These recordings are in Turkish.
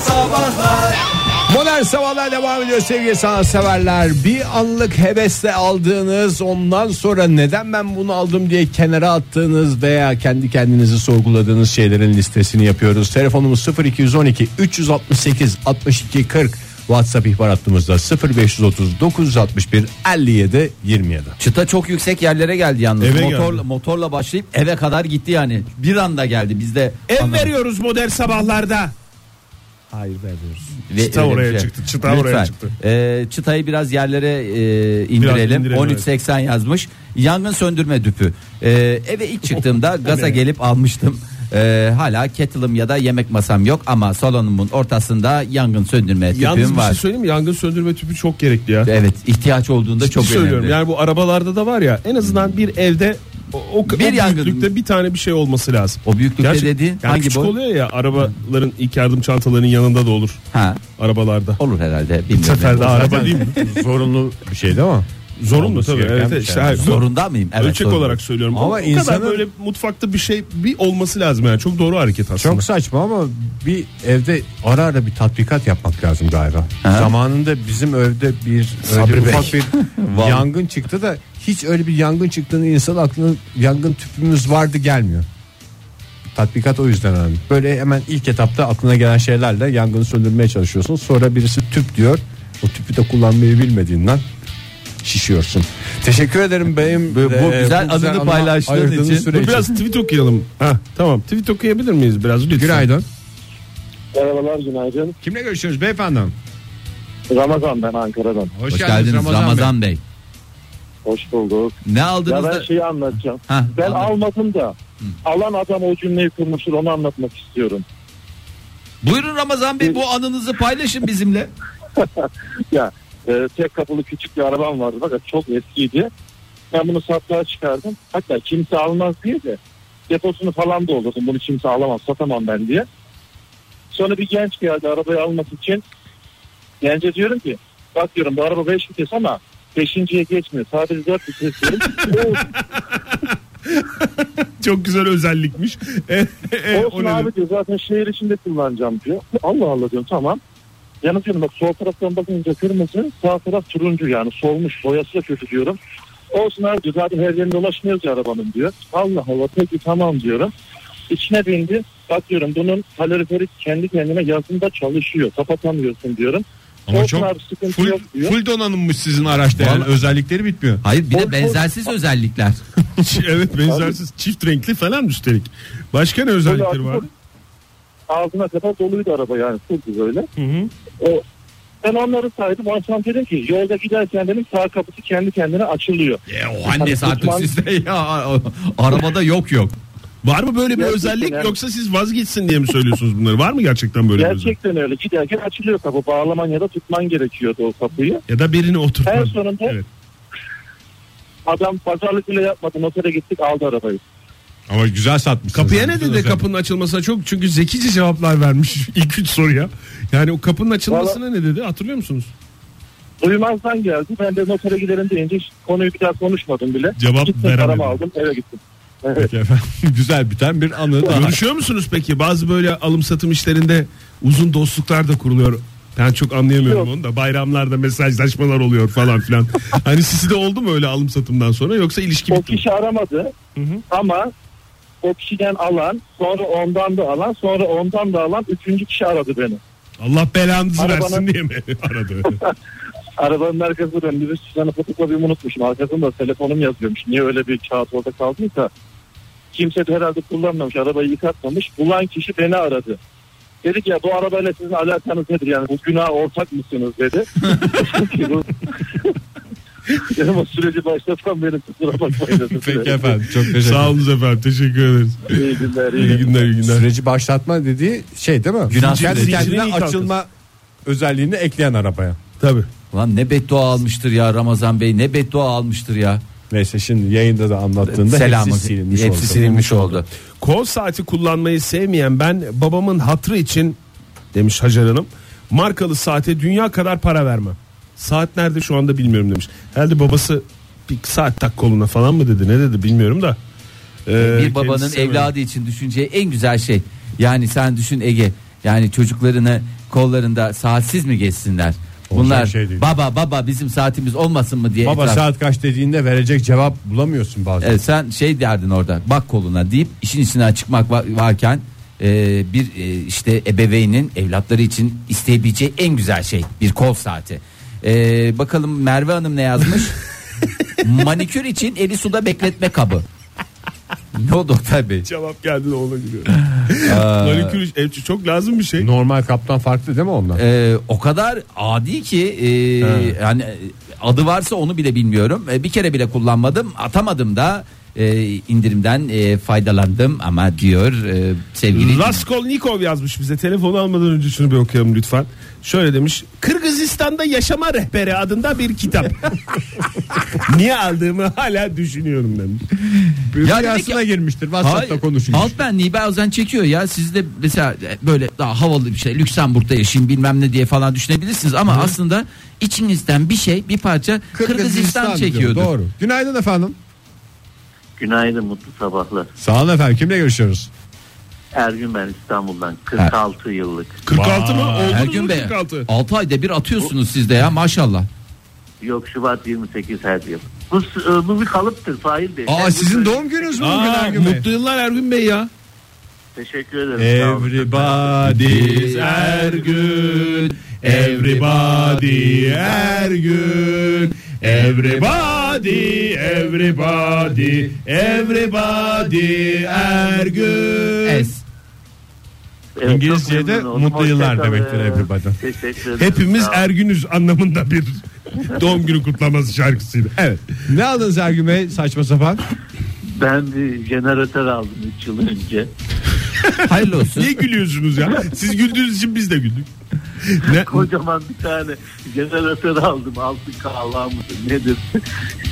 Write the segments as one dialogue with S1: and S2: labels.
S1: Sabahlar
S2: Modern Sabahlar devam ediyor sevgili sanatseverler. Bir anlık hevesle aldığınız ondan sonra neden ben bunu aldım diye kenara attığınız veya kendi kendinizi sorguladığınız şeylerin listesini yapıyoruz. Telefonumuz 0212 368 62 40 WhatsApp ihbar hattımızda 0530 961 57 27.
S3: Çıta çok yüksek yerlere geldi yalnız.
S4: Eve
S3: Motor,
S4: geldi.
S3: Motorla başlayıp eve kadar gitti yani. Bir anda geldi bizde.
S4: Ev veriyoruz modern sabahlarda.
S2: Hayır veriyoruz.
S4: Çıta oraya çıktı, çıta oraya çıktı.
S3: şey. Ee, çıtayı biraz yerlere e, indirelim.
S4: indirelim,
S3: 1380 yazmış. Yangın söndürme düpü. Ee, eve ilk çıktığımda gaza gelip almıştım. Ee, hala kettle'ım ya da yemek masam yok ama salonumun ortasında yangın söndürme
S4: Yalnız
S3: tüpüm
S4: bir şey
S3: var.
S4: söyleyeyim mi? Yangın söndürme tüpü çok gerekli ya.
S3: Evet ihtiyaç olduğunda çok
S4: Ciddi şey söylüyorum.
S3: önemli.
S4: Yani bu arabalarda da var ya en azından bir evde o, o,
S3: Bir
S4: bir
S3: yangın.
S4: büyüklükte bir tane bir şey olması lazım.
S3: O büyüklükte dediğin
S4: yani
S3: hangi
S4: küçük
S3: boy?
S4: oluyor ya arabaların ilk yardım çantalarının yanında da olur
S3: Ha,
S4: arabalarda.
S3: olur herhalde.
S4: Bu
S3: Bilmiyorum.
S4: sefer de
S3: O zaten-
S4: araba değil mi?
S2: Zorunlu bir şey değil mi?
S4: Zorunlu
S2: Olması
S4: tabii.
S2: gereken
S4: Evet,
S2: bir
S4: evet.
S2: şey.
S4: İşte her-
S3: Zorunda mıyım? Evet,
S4: Ölçek
S3: zorunda.
S4: olarak söylüyorum.
S2: Ama
S4: Ama o
S2: insanın-
S4: kadar böyle mutfakta bir şey bir olması lazım yani. Çok doğru hareket aslında.
S2: Çok saçma ama bir evde ara ara bir tatbikat yapmak lazım galiba. Zamanında bizim evde bir öyle ufak bir yangın çıktı da hiç öyle bir yangın çıktığını insan aklına yangın tüpümüz vardı gelmiyor. Tatbikat o yüzden önemli. Böyle hemen ilk etapta aklına gelen şeylerle yangını söndürmeye çalışıyorsun. Sonra birisi tüp diyor. O tüpü de kullanmayı bilmediğinden şişiyorsun. Teşekkür ederim beyim. Ee,
S3: bu güzel anını
S2: anıma
S3: paylaştığın
S2: ayırdığınız
S3: için.
S2: süre
S4: Dur biraz tweet okuyalım. Ha, tamam tweet okuyabilir miyiz biraz lütfen?
S2: Günaydın.
S5: Merhabalar günaydın.
S2: Kimle görüşüyoruz beyefendi?
S5: Ramazan ben Ankara'dan.
S2: Hoş,
S3: Hoş geldiniz Ramazan, Bey.
S5: Hoş bulduk.
S3: Ne
S5: Ya
S3: aldınız
S5: ben
S3: da
S5: şeyi anlatacağım.
S3: Ha,
S5: ben
S3: anlat.
S5: almadım da alan adam o cümleyi kurmuştur onu anlatmak istiyorum.
S3: Buyurun Ramazan Bey bu anınızı paylaşın bizimle.
S5: Ya e, tek kapılı küçük bir arabam vardı fakat çok eskiydi. Ben bunu satlığa çıkardım. Hatta kimse almaz diye de deposunu falan doldurdum. Bunu kimse alamaz satamam ben diye. Sonra bir genç geldi arabayı almak için. Gence diyorum ki bak diyorum bu araba 5 vites ama 5.ye geçmiyor. Sadece 4 vites Ee, diyorum. "Oo,
S4: Çok güzel özellikmiş. E, e, o
S5: Olsun
S4: ne dedi?
S5: abi diyor zaten şehir içinde kullanacağım diyor. Allah Allah diyorum tamam. Yalnız diyorum bak sol taraftan bakınca kırmızı sağ taraf turuncu yani solmuş boyası da kötü diyorum. Olsun abi diyor zaten her yerinde dolaşmıyoruz ya arabanın diyor. Allah Allah peki tamam diyorum. İçine bindi bak diyorum bunun kaloriferik kendi kendine yazında çalışıyor kapatamıyorsun diyorum.
S4: Ama
S5: Olsun
S4: çok
S5: abi sıkıntı
S4: Full,
S5: yok diyor.
S4: full donanımmış sizin araçta yani özellikleri bitmiyor.
S3: Hayır bir
S5: Ol-
S3: de
S5: ol-
S3: benzersiz özellikler.
S4: evet benzersiz çift renkli falan üstelik. Başka ne özellikleri
S5: Böyle
S4: var?
S5: artık Ağzına kadar doluydu araba yani full böyle.
S4: Hı hı.
S5: O, ben onları saydım. O akşam dedim ki yolda giderken dedim sağ kapısı kendi kendine açılıyor.
S3: ya, E, o anne artık
S5: Osman-
S3: sizde ya. o- Arabada yok yok.
S4: Var mı böyle bir
S5: Gerçekten
S4: özellik
S5: yani.
S4: yoksa siz vazgeçsin diye mi söylüyorsunuz bunları? Var mı gerçekten böyle bir özellik?
S5: Gerçekten öyle. Giderken açılıyor kapı. Bağlaman ya da tutman gerekiyordu o kapıyı.
S4: Ya da birini
S5: En
S4: oturtmak.
S5: sonunda
S4: Evet.
S5: adam pazarlık bile yapmadı. Notere gittik aldı arabayı.
S2: Ama güzel satmış.
S4: Kapıya ne dedi kapının açılmasına çok çünkü zekice cevaplar vermiş ilk üç soruya. Yani o kapının açılmasına ne dedi hatırlıyor musunuz?
S5: Duymazdan geldi. Ben de notere giderim deyince hiç konuyu bir daha konuşmadım bile.
S4: Cevap
S5: Gittim
S4: veremedim.
S5: paramı aldım eve gittim. Evet.
S2: güzel biten bir anı daha.
S4: Görüşüyor musunuz peki? Bazı böyle alım satım işlerinde uzun dostluklar da kuruluyor. Ben çok anlayamıyorum
S5: Yok.
S4: onu da. Bayramlarda mesajlaşmalar oluyor falan filan. hani sizi de oldu mu öyle alım satımdan sonra yoksa ilişki
S5: O
S4: bitti mi?
S5: kişi aramadı ama o kişiden alan sonra ondan da alan sonra ondan da alan üçüncü kişi aradı beni.
S4: Allah belanızı
S5: Arabanın-
S4: versin diye mi aradı?
S5: Arabanın arkasında ben bir Suzan'ı fotokopyamı unutmuşum. Arkasında telefonum yazıyormuş. Niye öyle bir kağıt orada kaldıysa. Kimse de herhalde kullanmamış. Arabayı yıkatmamış. Bulan kişi beni aradı. Dedi ki ya bu arabayla sizin alakanız nedir? Yani bu günah ortak mısınız dedi. Dedim o süreci başlatan benim kusura bakmayın. dedi.
S2: çok teşekkür
S4: Sağ olun efendim. Teşekkür ederiz.
S5: İyi günler. iyi
S4: İyi günler, iyi günler.
S2: Süreci başlatma dediği şey değil mi?
S3: Günah
S2: Kendi
S3: süreci.
S2: kendine
S4: Zincirin
S2: açılma özelliğini ekleyen arabaya.
S4: Tabii.
S3: Lan ne beddua almıştır ya Ramazan Bey ne beddua almıştır ya.
S2: Neyse şimdi yayında da anlattığında
S3: Selamı.
S2: hepsi silinmiş oldu.
S3: silinmiş oldu.
S4: Kol saati kullanmayı sevmeyen ben babamın hatırı için demiş Hacer Hanım. Markalı saate dünya kadar para vermem. Saat nerede şu anda bilmiyorum demiş. Herhalde babası bir saat tak koluna falan mı dedi ne dedi bilmiyorum da. Ee,
S3: bir babanın
S4: kendisi sevmedi.
S3: evladı için düşüneceği en güzel şey. Yani sen düşün Ege. Yani çocuklarını kollarında saatsiz mi geçsinler? Bunlar
S2: şey değil.
S3: baba baba bizim saatimiz olmasın mı diye
S2: Baba
S3: etraf-
S2: saat kaç dediğinde verecek cevap bulamıyorsun bazen.
S3: Evet, sen şey derdin orada bak koluna deyip işin içinden çıkmak va- varken e, bir e, işte ebeveynin evlatları için isteyebileceği en güzel şey bir kol saati. E, bakalım Merve Hanım ne yazmış? Manikür için eli suda bekletme kabı. ne oldu Oktay Bey?
S4: Cevap geldi de ona gülüyorum. Manikür ev- çok lazım bir şey.
S2: Normal kaptan farklı değil mi ondan?
S3: Ee, o kadar adi ki e, yani adı varsa onu bile bilmiyorum. E, bir kere bile kullanmadım, atamadım da e, indirimden e, faydalandım ama diyor e, sevgili
S4: Raskolnikov yazmış bize. Telefonu almadan önce şunu bir okuyalım lütfen. Şöyle demiş. Kırgızistan'da Yaşama Rehberi adında bir kitap. Niye aldığımı hala düşünüyorum demiş.
S3: Ya
S2: Ya
S3: dedi
S2: Rüyasına
S3: ki-
S2: girmiştir.
S3: Hayır,
S2: WhatsApp'ta konuşmuş.
S3: Alt benliği bazen çekiyor ya. Siz de mesela böyle daha havalı bir şey Lüksemburg'da yaşayayım bilmem ne diye falan düşünebilirsiniz ama aslında içinizden bir şey bir parça Kırgızistan,
S2: diyor,
S3: çekiyordu.
S2: Doğru. Günaydın efendim.
S1: Günaydın mutlu sabahlar.
S2: Sağ olun efendim. Kimle görüşüyoruz?
S1: Ergün ben İstanbul'dan 46 yıllık.
S4: 46 mı? Oldunuz
S3: Ergün
S4: mu
S3: Bey
S4: 46?
S3: 6 ayda bir atıyorsunuz siz de ya maşallah.
S1: Yok Şubat 28 her yıl. Bu, s- e, bu bir kalıptır fail değil.
S2: Aa
S1: Yani
S2: sizin
S1: bu-
S2: doğum gününüz mü bugün
S4: Aa,
S2: Ergün Bey?
S4: mutlu yıllar Ergün Bey ya.
S1: Teşekkür ederim.
S2: Ee,
S1: sağ olun.
S2: Everybody's
S4: Ergün, er everybody er Ergün, everybody, everybody, everybody er Ergün.
S3: Es.
S1: Evet, çok
S2: İngilizce'de
S1: memnun oldum.
S2: mutlu yıllar
S1: Hoşça kalın.
S2: demektir everybody. er-
S1: Teşekkür ederim.
S4: Hepimiz
S1: sağ olun.
S4: Ergünüz anlamında bir doğum günü kutlaması şarkısıydı. Evet.
S2: Ne aldınız Ergün Bey saçma sapan?
S1: Ben bir jeneratör aldım 3 yıl önce.
S3: Hayırlı olsun.
S4: Niye gülüyorsunuz ya? Siz güldüğünüz için biz de güldük. Ne?
S1: Kocaman bir tane jeneratör aldım. Altın kahva mıdır nedir?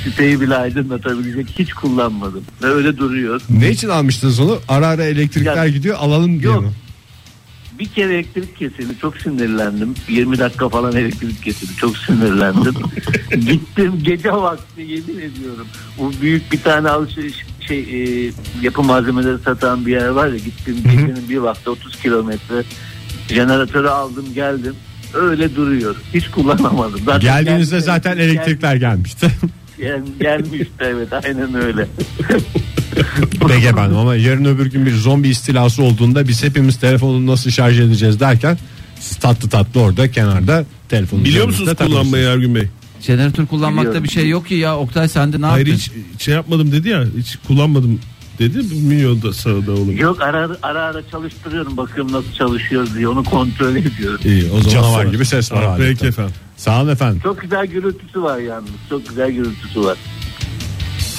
S1: Siteyi bile aydınlatabilecek hiç kullanmadım. Ve öyle duruyor.
S2: Ne için almıştınız onu? Ara ara elektrikler
S1: Ya-
S2: gidiyor alalım diye
S1: Yok.
S2: mi?
S1: Bir kere elektrik kesildi çok sinirlendim. 20 dakika falan elektrik kesildi çok sinirlendim. Gittim gece vakti yemin ediyorum. O büyük bir tane alışveriş şey e, yapı malzemeleri satan bir yer var ya gittim gecenin bir vakti 30 kilometre jeneratörü aldım geldim. Öyle duruyor. Hiç kullanamadım. Zaten
S2: Geldiğinizde
S1: gelmiş,
S2: zaten
S1: gel-
S2: elektrikler gelmişti.
S1: Gel, gelmişti evet aynen öyle.
S2: Peki ben ama yarın öbür gün bir zombi istilası olduğunda biz hepimiz telefonu nasıl şarj edeceğiz derken siz tatlı tatlı orada kenarda telefonu
S4: Biliyor musunuz kullanmayı Ergün Bey?
S3: Jeneratör kullanmakta
S1: Biliyorum.
S3: bir şey yok ki ya. Oktay sen de ne
S4: Hayır
S3: yaptın?
S4: hiç şey yapmadım dedi ya. Hiç kullanmadım dedi. Bilmiyor da sağda oğlum.
S1: Yok ara ara, ara çalıştırıyorum bakıyorum nasıl çalışıyor diye onu kontrol ediyorum.
S4: İyi o zaman sonra.
S2: Canavar gibi ses var
S4: Tamam,
S2: halinde.
S4: Peki efendim.
S2: Sağ olun efendim.
S1: Çok güzel gürültüsü var yalnız. Çok güzel gürültüsü var.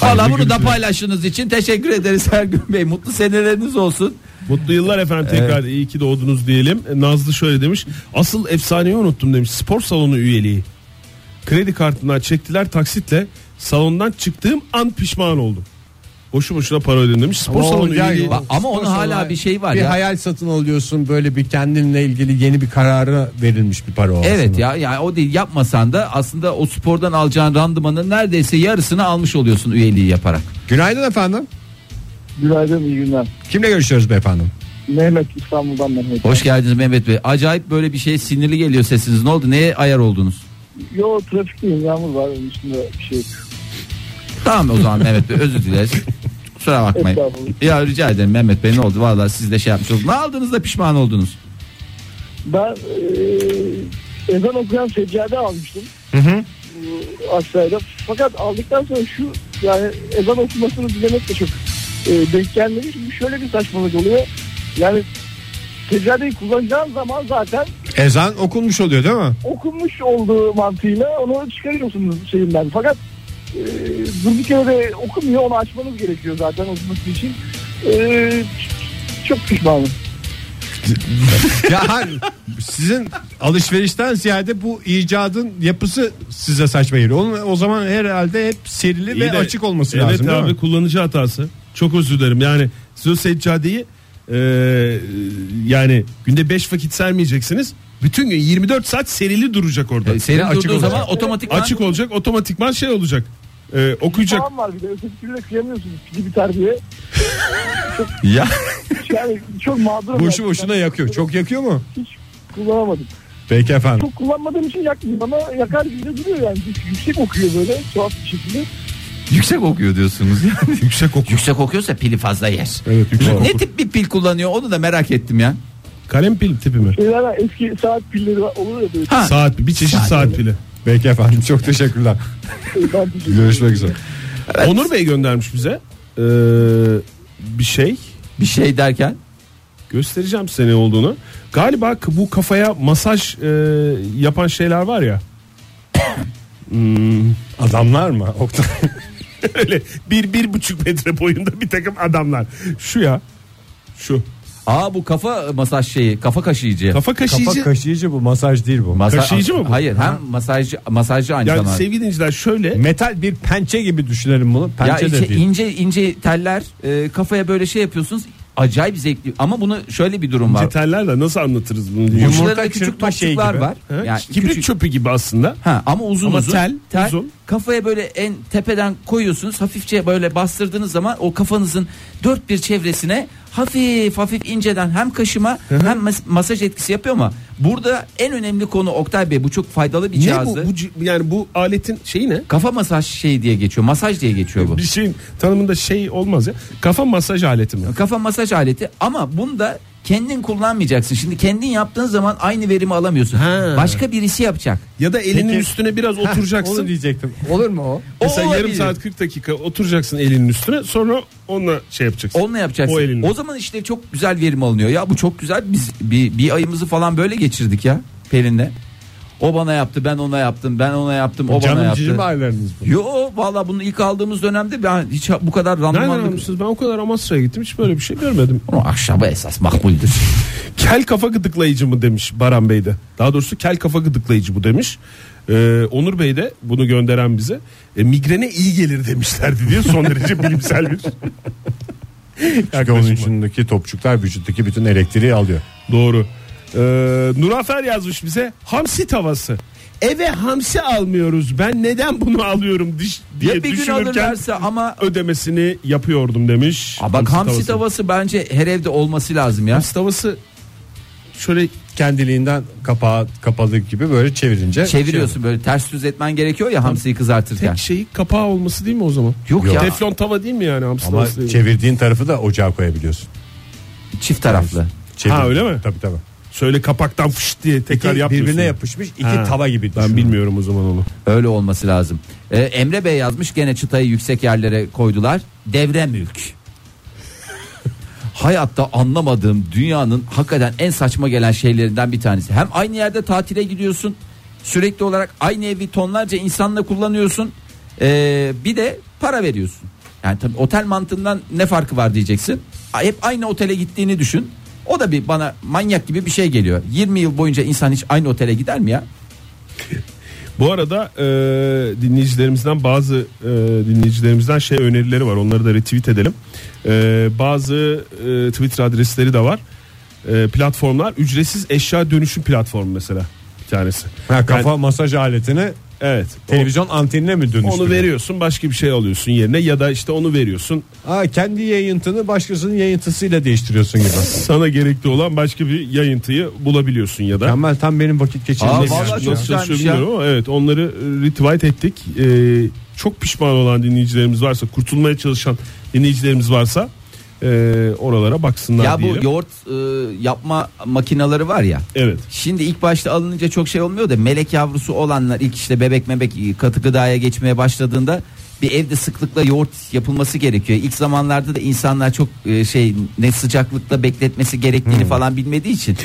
S3: Valla
S2: Hayırlı
S3: bunu da
S2: günler.
S3: paylaştığınız için teşekkür ederiz Ergün Bey. Mutlu seneleriniz olsun.
S4: Mutlu yıllar efendim tekrar iyi ki doğdunuz diyelim. E, Nazlı şöyle demiş. Asıl efsaneyi unuttum demiş. Spor salonu üyeliği. Kredi kartından çektiler taksitle. Salondan çıktığım an pişman oldum. Boşu boşuna para ödedim demiş. Spor
S2: Oo,
S4: salonu
S2: ya-
S4: üyeliği.
S3: Ba- ama onun
S2: Spor
S3: hala
S2: salonu-
S3: bir şey var
S2: bir
S3: ya.
S2: hayal satın alıyorsun böyle bir kendinle ilgili yeni bir karara verilmiş bir para o
S3: Evet
S2: aslında.
S3: ya yani o değil yapmasan da aslında o spordan alacağın randımanın neredeyse yarısını almış oluyorsun üyeliği yaparak.
S2: Günaydın efendim.
S5: Günaydın iyi günler.
S2: Kimle görüşüyoruz beyefendi?
S5: Mehmet İstanbul'dan Mehmet.
S3: Hoş geldiniz Mehmet Bey. Acayip böyle bir şey sinirli geliyor sesiniz. Ne oldu? Neye ayar oldunuz?
S5: Yo trafikteyim yağmur var onun içinde bir şey. yok.
S3: Tamam o zaman Mehmet Bey özür dileriz. Kusura bakmayın.
S5: Estağfurullah.
S3: Ya rica ederim Mehmet Bey ne oldu? Valla siz de şey yapmış oldunuz. Ne aldınız da pişman oldunuz?
S5: Ben e, ezan okuyan seccade almıştım. Hı Aksaray'da. Fakat aldıktan sonra şu yani ezan okumasını dinlemek de çok e, denk gelmedi. Çünkü şöyle bir saçmalık oluyor. Yani seccadeyi kullanacağın zaman zaten
S2: Ezan okunmuş oluyor değil mi?
S5: okunmuş olduğu mantığıyla onu çıkarıyorsunuz şeyinden. Fakat e, durduk yere de okumuyor onu açmanız gerekiyor zaten okunması için. E, çok pişmanım.
S2: ya hayır, sizin alışverişten ziyade bu icadın yapısı size saçma geliyor. Onun, o zaman herhalde hep serili
S4: İyi
S2: ve
S4: de-
S2: açık olması
S4: evet
S2: lazım. değil
S4: abi
S2: mi?
S4: kullanıcı hatası. Çok özür dilerim. Yani siz o seccadeyi e, yani günde 5 vakit sermeyeceksiniz. Bütün gün 24 saat serili duracak orada.
S3: E, Senin
S2: açık
S3: durduğu
S2: olacak.
S3: zaman otomatikman
S4: Açık olacak otomatikman şey olacak. E, okuyacak.
S5: Tamam var bir de ötekiyle kıyamıyorsunuz gibi terbiye.
S3: Ya.
S5: Yani çok mağdurum.
S2: Boşu boşuna yakıyor. Çok yakıyor mu?
S5: Hiç kullanamadım.
S2: Peki efendim.
S5: Çok kullanmadığım için yakmıyorum ama yakar gibi de duruyor yani. Yüksek okuyor böyle tuhaf bir şekilde.
S6: Yüksek okuyor diyorsunuz yani.
S4: Yüksek oku.
S3: Yüksek okuyorsa pili fazla yer.
S4: Evet, yüksek
S3: ne
S4: oku.
S3: tip bir pil kullanıyor onu da merak ettim ya.
S4: Kalem pil tipi mi?
S5: Şeyler var, eski saat pilleri var, olur ya böyle.
S3: Ha.
S4: Saat bir çeşit saat, pili.
S2: Peki efendim. Çok teşekkürler.
S5: Ben de-
S2: Görüşmek üzere.
S4: Onur Bey göndermiş bize ee, bir şey.
S3: Bir şey derken
S4: Göstereceğim size ne olduğunu. Galiba k- bu kafaya masaj e, yapan şeyler var ya.
S2: Hmm. Adamlar mı? Oktay.
S4: Öyle bir bir buçuk metre boyunda bir takım adamlar. Şu ya. Şu.
S3: aa bu kafa masaj şeyi kafa kaşıyıcı.
S4: Kafa kaşıyıcı.
S2: Kafa kaşıyıcı bu. Masaj değil bu.
S3: Masa-
S4: kaşıyıcı mı bu?
S3: Hayır hem masajcı masajcı aynı
S4: yani
S3: zamanda.
S4: sevgili dinleyiciler şöyle.
S2: Metal bir pençe gibi düşünelim bunu.
S3: ya
S2: Pençe
S3: içe-
S2: de değil.
S3: ince ince teller e, kafaya böyle şey yapıyorsunuz acayip zevkli ama bunu şöyle bir durum var.
S4: Cetellerle nasıl anlatırız bunu? diye.
S3: Uçlarında
S2: Yumurta
S3: küçük
S2: çırpma şeyi
S3: topçuklar
S2: gibi.
S3: var.
S4: Ha?
S3: Yani
S4: Kibrit
S3: küçük-
S4: çöpü gibi aslında.
S3: Ha ama uzun
S4: Ama
S3: uzun.
S4: tel, uzun.
S3: Kafaya böyle en tepeden koyuyorsunuz. Hafifçe böyle bastırdığınız zaman o kafanızın dört bir çevresine hafif hafif inceden hem kaşıma hem mas- masaj etkisi yapıyor ama burada en önemli konu Oktay Bey bu çok faydalı bir
S4: Ne
S3: cihazdı.
S4: bu, bu? c- Yani bu aletin şeyi ne?
S3: Kafa masaj şey diye geçiyor. Masaj diye geçiyor bu.
S4: Bir şeyin tanımında şey olmaz ya. Kafa masaj aleti mi?
S3: Kafa masaj aleti ama bunda kendin kullanmayacaksın. Şimdi kendin yaptığın zaman aynı verimi alamıyorsun.
S4: Ha.
S3: Başka birisi yapacak.
S4: Ya da elinin
S2: Peki.
S4: üstüne biraz
S2: Heh,
S4: oturacaksın.
S2: Onu diyecektim. Olur mu o?
S3: O
S4: Mesela yarım
S3: olabilir.
S4: saat 40 dakika oturacaksın elinin üstüne sonra onunla şey yapacaksın.
S3: Onunla yapacaksın.
S4: O
S3: O,
S4: elinle.
S3: zaman işte çok güzel verim alınıyor. Ya bu çok güzel. Biz bir, bir ayımızı falan böyle geçirdik ya Pelin'le. O bana yaptı, ben ona yaptım, ben ona yaptım, o bana
S2: Canım
S3: yaptı.
S2: cicim aileleriniz bu.
S3: Yo valla bunu ilk aldığımız dönemde ben hiç bu kadar
S4: Nereden
S3: randımanlı.
S4: almışsınız? Ben o kadar Amasra'ya gittim hiç böyle bir şey görmedim.
S3: Bunu akşaba esas makbuldür.
S4: Kel kafa gıdıklayıcı mı demiş Baran Bey de. Daha doğrusu kel kafa gıdıklayıcı bu demiş. Ee, Onur Bey de bunu gönderen bize e, migrene iyi gelir demişlerdi diye son derece bilimsel bir.
S2: Çünkü onun içindeki topçuklar vücuttaki bütün elektriği alıyor.
S4: Doğru. Ee, Nurafer yazmış bize hamsi tavası. Eve hamsi almıyoruz. Ben neden bunu alıyorum diş, diye
S3: ya bir gün
S4: düşünürken
S3: alırlarsa ama
S4: ödemesini yapıyordum demiş.
S3: Aa, bak hamsi
S4: tavası.
S3: tavası bence her evde olması lazım ya.
S4: Hamsi tavası şöyle
S2: Kendiliğinden kapağı kapalı gibi böyle çevirince. şey
S3: Çeviriyorsun böyle ters düz etmen gerekiyor ya hamsiyi kızartırken.
S4: tek şeyi kapağı olması değil mi o zaman?
S3: Yok, ya
S4: Teflon tava değil mi yani hamsi
S2: Ama
S4: tavası? değil mi?
S2: çevirdiğin tarafı da ocağa koyabiliyorsun.
S3: çift taraflı.
S2: Çevir.
S4: Ha, öyle mi?
S2: Tabii tabii.
S4: Şöyle kapaktan fış diye tekrar
S2: İki
S4: yapmıyorsun.
S2: birbirine yapışmış iki
S4: Ha.
S2: tava gibi.
S4: Ben
S2: düşünün.
S4: bilmiyorum o zaman onu.
S3: Öyle olması lazım. Ee, Emre Bey yazmış gene çıtayı yüksek yerlere koydular. Devre mülk. Hayatta anlamadığım dünyanın hakikaten en saçma gelen şeylerinden bir tanesi. Hem aynı yerde tatile gidiyorsun. Sürekli olarak aynı evi tonlarca insanla kullanıyorsun. Ee, bir de para veriyorsun. Yani tabii otel mantığından ne farkı var diyeceksin. Hep aynı otele gittiğini düşün. O da bir bana manyak gibi bir şey geliyor. 20 yıl boyunca insan hiç aynı otele gider mi ya?
S4: Bu arada e, dinleyicilerimizden bazı e, dinleyicilerimizden şey önerileri var. Onları da retweet edelim. E, bazı e, Twitter adresleri de var. E, platformlar ücretsiz eşya dönüşüm platformu mesela bir tanesi.
S2: Ha, kafa masaj aletini
S4: Evet.
S2: televizyon antenine mi
S4: o-
S2: dönüştürüyor?
S4: onu veriyorsun başka bir şey alıyorsun yerine ya da işte onu veriyorsun.
S2: Ha, kendi yayıntını başkasının yayıntısıyla değiştiriyorsun gibi.
S4: Sana gerekli olan başka bir yayıntıyı bulabiliyorsun ya da.
S2: Mükemmel tam benim vakit geçirdiğim
S3: Aa,
S2: bir
S3: vallahi
S2: yer.
S3: çok
S4: Nasıl
S3: güzelmiş
S4: çalışıyor
S3: ya.
S4: bilmiyorum ama evet onları e, retweet ettik. Ee, çok pişman olan dinleyicilerimiz varsa, kurtulmaya çalışan dinleyicilerimiz varsa e, oralara baksınlar
S3: Ya bu
S4: diyelim.
S3: yoğurt e, yapma makineleri var ya.
S4: Evet.
S3: Şimdi ilk başta alınınca çok şey olmuyor da melek yavrusu olanlar ilk işte bebek mebek katı gıdaya geçmeye başladığında bir evde sıklıkla yoğurt yapılması gerekiyor. İlk zamanlarda da insanlar çok e, şey ne sıcaklıkta bekletmesi gerektiğini
S4: Hmm.
S3: falan bilmediği için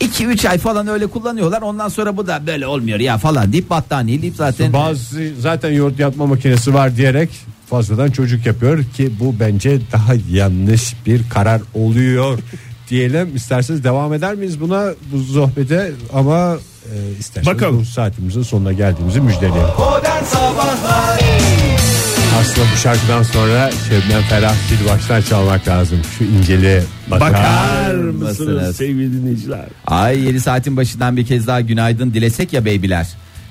S3: 2-3 ay falan öyle kullanıyorlar. Ondan sonra bu da böyle olmuyor ya falan deyip battaniye deyip zaten
S2: Bazı zaten yoğurt yapma makinesi var diyerek fazladan çocuk yapıyor ki bu bence daha yanlış bir karar oluyor diyelim. İsterseniz devam eder miyiz buna bu sohbete ama e, isterseniz
S4: Bakalım.
S2: bu saatimizin sonuna geldiğimizi müjdeleyelim. Aslında bu şarkıdan sonra Şebnem Ferah bir baştan çalmak lazım. Şu inceli bakar.
S4: Bakar mısınız
S3: mısınız?
S4: sevgili dinleyiciler?
S3: Ay yeni saatin başından bir kez daha günaydın dilesek ya beybiler.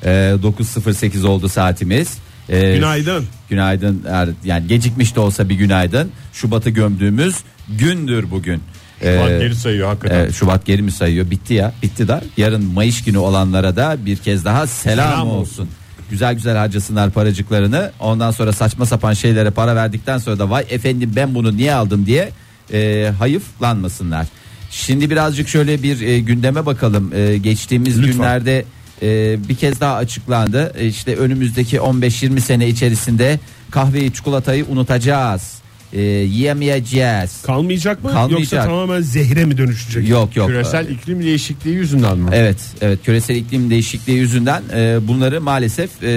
S3: Ee, 9.08 oldu saatimiz. Ee,
S4: Günaydın.
S3: Günaydın er- yani gecikmiş de olsa bir günaydın. Şubat'ı gömdüğümüz gündür bugün.
S2: Bak
S3: Ee,
S2: geri sayıyor hakikaten.
S3: e, Şubat geri mi sayıyor? Bitti ya. Bitti da. Yarın Mayıs günü olanlara da bir kez daha selam,
S2: Selam
S3: olsun. Güzel güzel harcasınlar paracıklarını. Ondan sonra saçma sapan şeylere para verdikten sonra da vay efendim ben bunu niye aldım diye e, hayıflanmasınlar. Şimdi birazcık şöyle bir e, gündeme bakalım. E, geçtiğimiz günlerde e, bir kez daha açıklandı. E, işte önümüzdeki 15-20 sene içerisinde kahveyi çikolatayı unutacağız. E, yiyemeyeceğiz.
S4: Kalmayacak mı?
S3: Kalmayacak.
S4: Yoksa tamamen zehre mi dönüşecek?
S3: Yok yok.
S2: Küresel iklim değişikliği yüzünden mi?
S3: Evet, evet küresel iklim değişikliği yüzünden e, bunları maalesef e,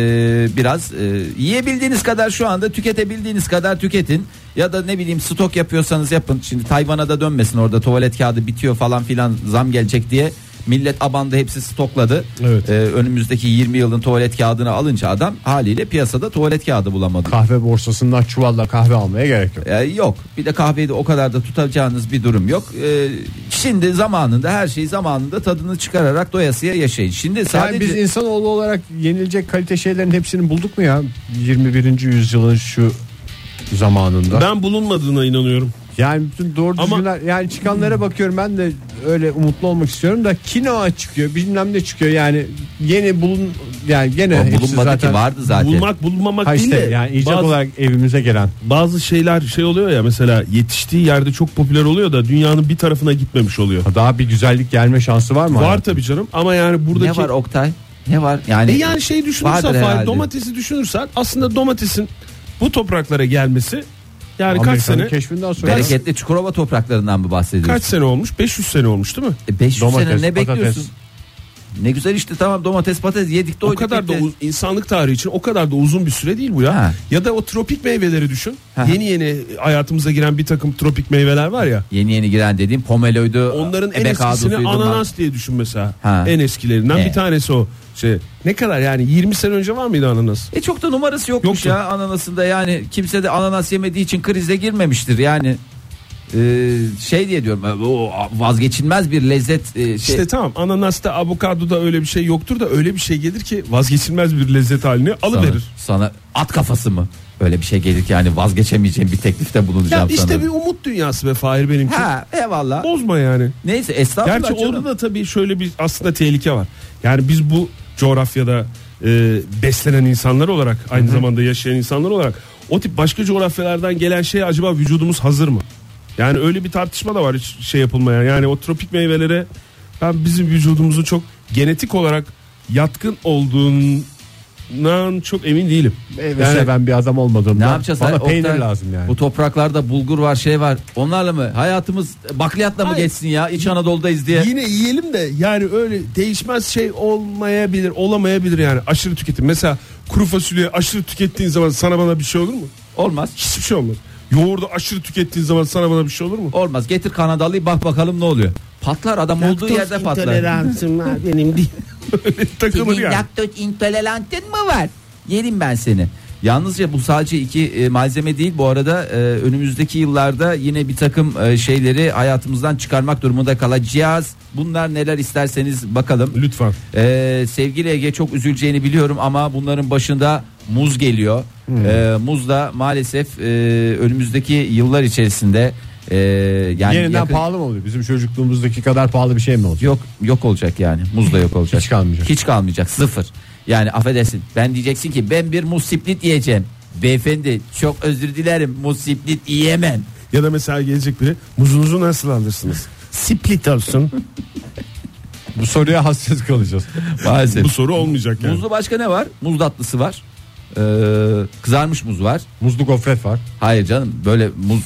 S3: biraz e, yiyebildiğiniz kadar şu anda tüketebildiğiniz kadar tüketin ya da ne bileyim stok yapıyorsanız yapın. Şimdi Tayvan'a da dönmesin orada tuvalet kağıdı bitiyor falan filan zam gelecek diye millet abanda hepsi stokladı.
S4: Evet.
S3: E, önümüzdeki 20 yılın tuvalet kağıdını alınca adam haliyle piyasada tuvalet kağıdı bulamadı.
S2: Kahve borsasından çuvalla kahve almaya gerek yok.
S3: E, yok. Bir de kahveyi de o kadar da tutacağınız bir durum yok. E, şimdi zamanında her şeyi zamanında tadını çıkararak doyasıya yaşayın. Şimdi sadece
S2: Yani biz insanoğlu olarak yenilecek kalite şeylerin hepsini bulduk mu ya? 21. yüzyılın şu zamanında.
S4: Ben bulunmadığına inanıyorum.
S2: Yani bütün doğru
S4: Ama-
S2: düzgünler yani çıkanlara bakıyorum ben de öyle umutlu olmak istiyorum da kinoa çıkıyor bilmem ne çıkıyor yani yeni bulun yani gene
S3: O
S2: hepsi
S3: bulunmadı
S2: zaten
S3: ki vardı zaten.
S4: Bulmak bulunmamak
S2: Ha
S4: değil
S2: işte
S4: de
S2: yani icat
S4: bazı,
S2: olarak evimize gelen
S4: bazı şeyler şey oluyor ya mesela yetiştiği yerde çok popüler oluyor da dünyanın bir tarafına gitmemiş oluyor.
S2: daha bir güzellik gelme şansı var mı?
S4: Var tabii canım ama yani buradaki
S3: Ne var Oktay? Ne var? Yani,
S4: E yani şey düşünürsen
S3: Vardır herhalde.
S4: Fahir, domatesi düşünürsen aslında domatesin bu topraklara gelmesi yani kaç
S2: Amerika'nın
S4: sene
S2: keşfinden sonra
S3: bereketli Çukurova topraklarından mı bahsediyorsun?
S4: kaç sene olmuş? 500 sene olmuş değil mi?
S3: E, 500
S2: Domates,
S3: sene ne
S2: patates.
S3: bekliyorsun? Ne güzel işte tamam domates patates yedik de
S4: O
S3: oyduk
S4: kadar da
S3: bitti.
S4: uz- insanlık tarihi için o kadar da uzun bir süre değil bu ya.
S3: Ha.
S4: Ya da o tropik meyveleri düşün.
S3: Ha.
S4: Yeni yeni hayatımıza giren bir takım tropik meyveler var ya.
S3: Yeni yeni giren dediğim pomeloydu.
S4: Onların en
S3: ebek ağzı
S4: eskisini
S3: suydu,
S4: ananas diye düşün mesela.
S3: Ha. E.
S4: En eskilerinden
S3: Evet.
S4: bir tanesi o. Şey, ne kadar yani 20 sene önce var mıydı ananas?
S3: E çok da numarası yokmuş
S4: Yoktu.
S3: ya ananasında yani kimse de ananas yemediği için krize girmemiştir yani. Ee, şey diye diyorum o vazgeçilmez bir lezzet e, şey,
S4: İşte tamam ananasta avokadoda öyle bir şey yoktur da öyle bir şey gelir ki vazgeçilmez bir lezzet halini
S3: sana,
S4: alıverir.
S3: sana at kafası mı? Öyle bir şey gelir ki yani vazgeçemeyeceğim bir teklifte
S4: Ya
S3: bulunacağım
S4: işte
S3: sana.
S4: bir umut dünyası be Fahir benim için.
S3: Ha eyvallah.
S4: Bozma yani.
S3: Neyse estağfurullah
S4: Gerçi
S3: canım.
S4: orada da tabii şöyle bir aslında tehlike var. Yani biz bu coğrafyada e, beslenen insanlar olarak aynı zamanda yaşayan insanlar olarak o tip başka coğrafyalardan gelen şeye acaba vücudumuz hazır mı? Yani öyle bir tartışma da var hiç şey yapılmaya. Yani o tropik meyvelere ben bizim vücudumuzun çok genetik olarak yatkın olduğundan çok emin değilim.
S2: Evese ben bir adam olmadığımda
S3: Ne yapacağız?
S2: bana
S3: Hayır,
S2: peynir
S3: Oktay,
S2: lazım yani.
S3: Bu topraklarda bulgur var şey var. Onlarla mı? Hayatımız bakliyatla mı
S4: Hayır.
S3: geçsin ya? İç Anadolu'dayız diye.
S4: Yine yiyelim de yani öyle değişmez şey olmayabilir, olamayabilir yani aşırı tüketim. Mesela kuru fasulye aşırı tükettiğin zaman sana bana bir şey olur mu?
S3: Olmaz.
S4: Hiçbir şey olmaz. Yoğurdu aşırı tükettiğin zaman sana bana bir şey olur mu?
S3: Olmaz. Getir Kanadalıyı bak bakalım ne oluyor. Patlar adam olduğu yerde patlar.
S4: Takılır
S3: Senin
S4: yani.
S3: laktoz intolerantin mi var? Yerim ben seni. Yalnızca bu sadece iki e, malzeme değil bu arada e, önümüzdeki yıllarda yine bir takım e, şeyleri hayatımızdan çıkarmak durumunda kalacağız. Bunlar neler isterseniz bakalım.
S4: Lütfen.
S3: Ee, sevgili Ege çok üzüleceğini biliyorum ama bunların başında muz geliyor. Ee, muz da maalesef e, önümüzdeki yıllar içerisinde e, yani
S2: Yeniden
S3: yakın-
S2: pahalı mı oluyor? Bizim çocukluğumuzdaki kadar pahalı bir şey mi olacak?
S3: yok yok olacak yani. Muz da yok olacak.
S2: Hiç kalmayacak.
S3: Hiç kalmayacak. Sıfır. Yani affedersin. Ben diyeceksin ki ben bir muz split yiyeceğim. Beyefendi çok özür dilerim. Muz split yiyemem.
S4: Ya da mesela gelecek biri muzunuzu nasıl alırsınız? Split olsun.
S2: Bu soruya hassas kalacağız.
S3: Maalesef.
S4: Bu soru olmayacak yani.
S3: Muzlu başka ne var? Muz tatlısı var. Ee, kızarmış muz var.
S2: Muzlu gofret var.
S3: Hayır canım böyle muz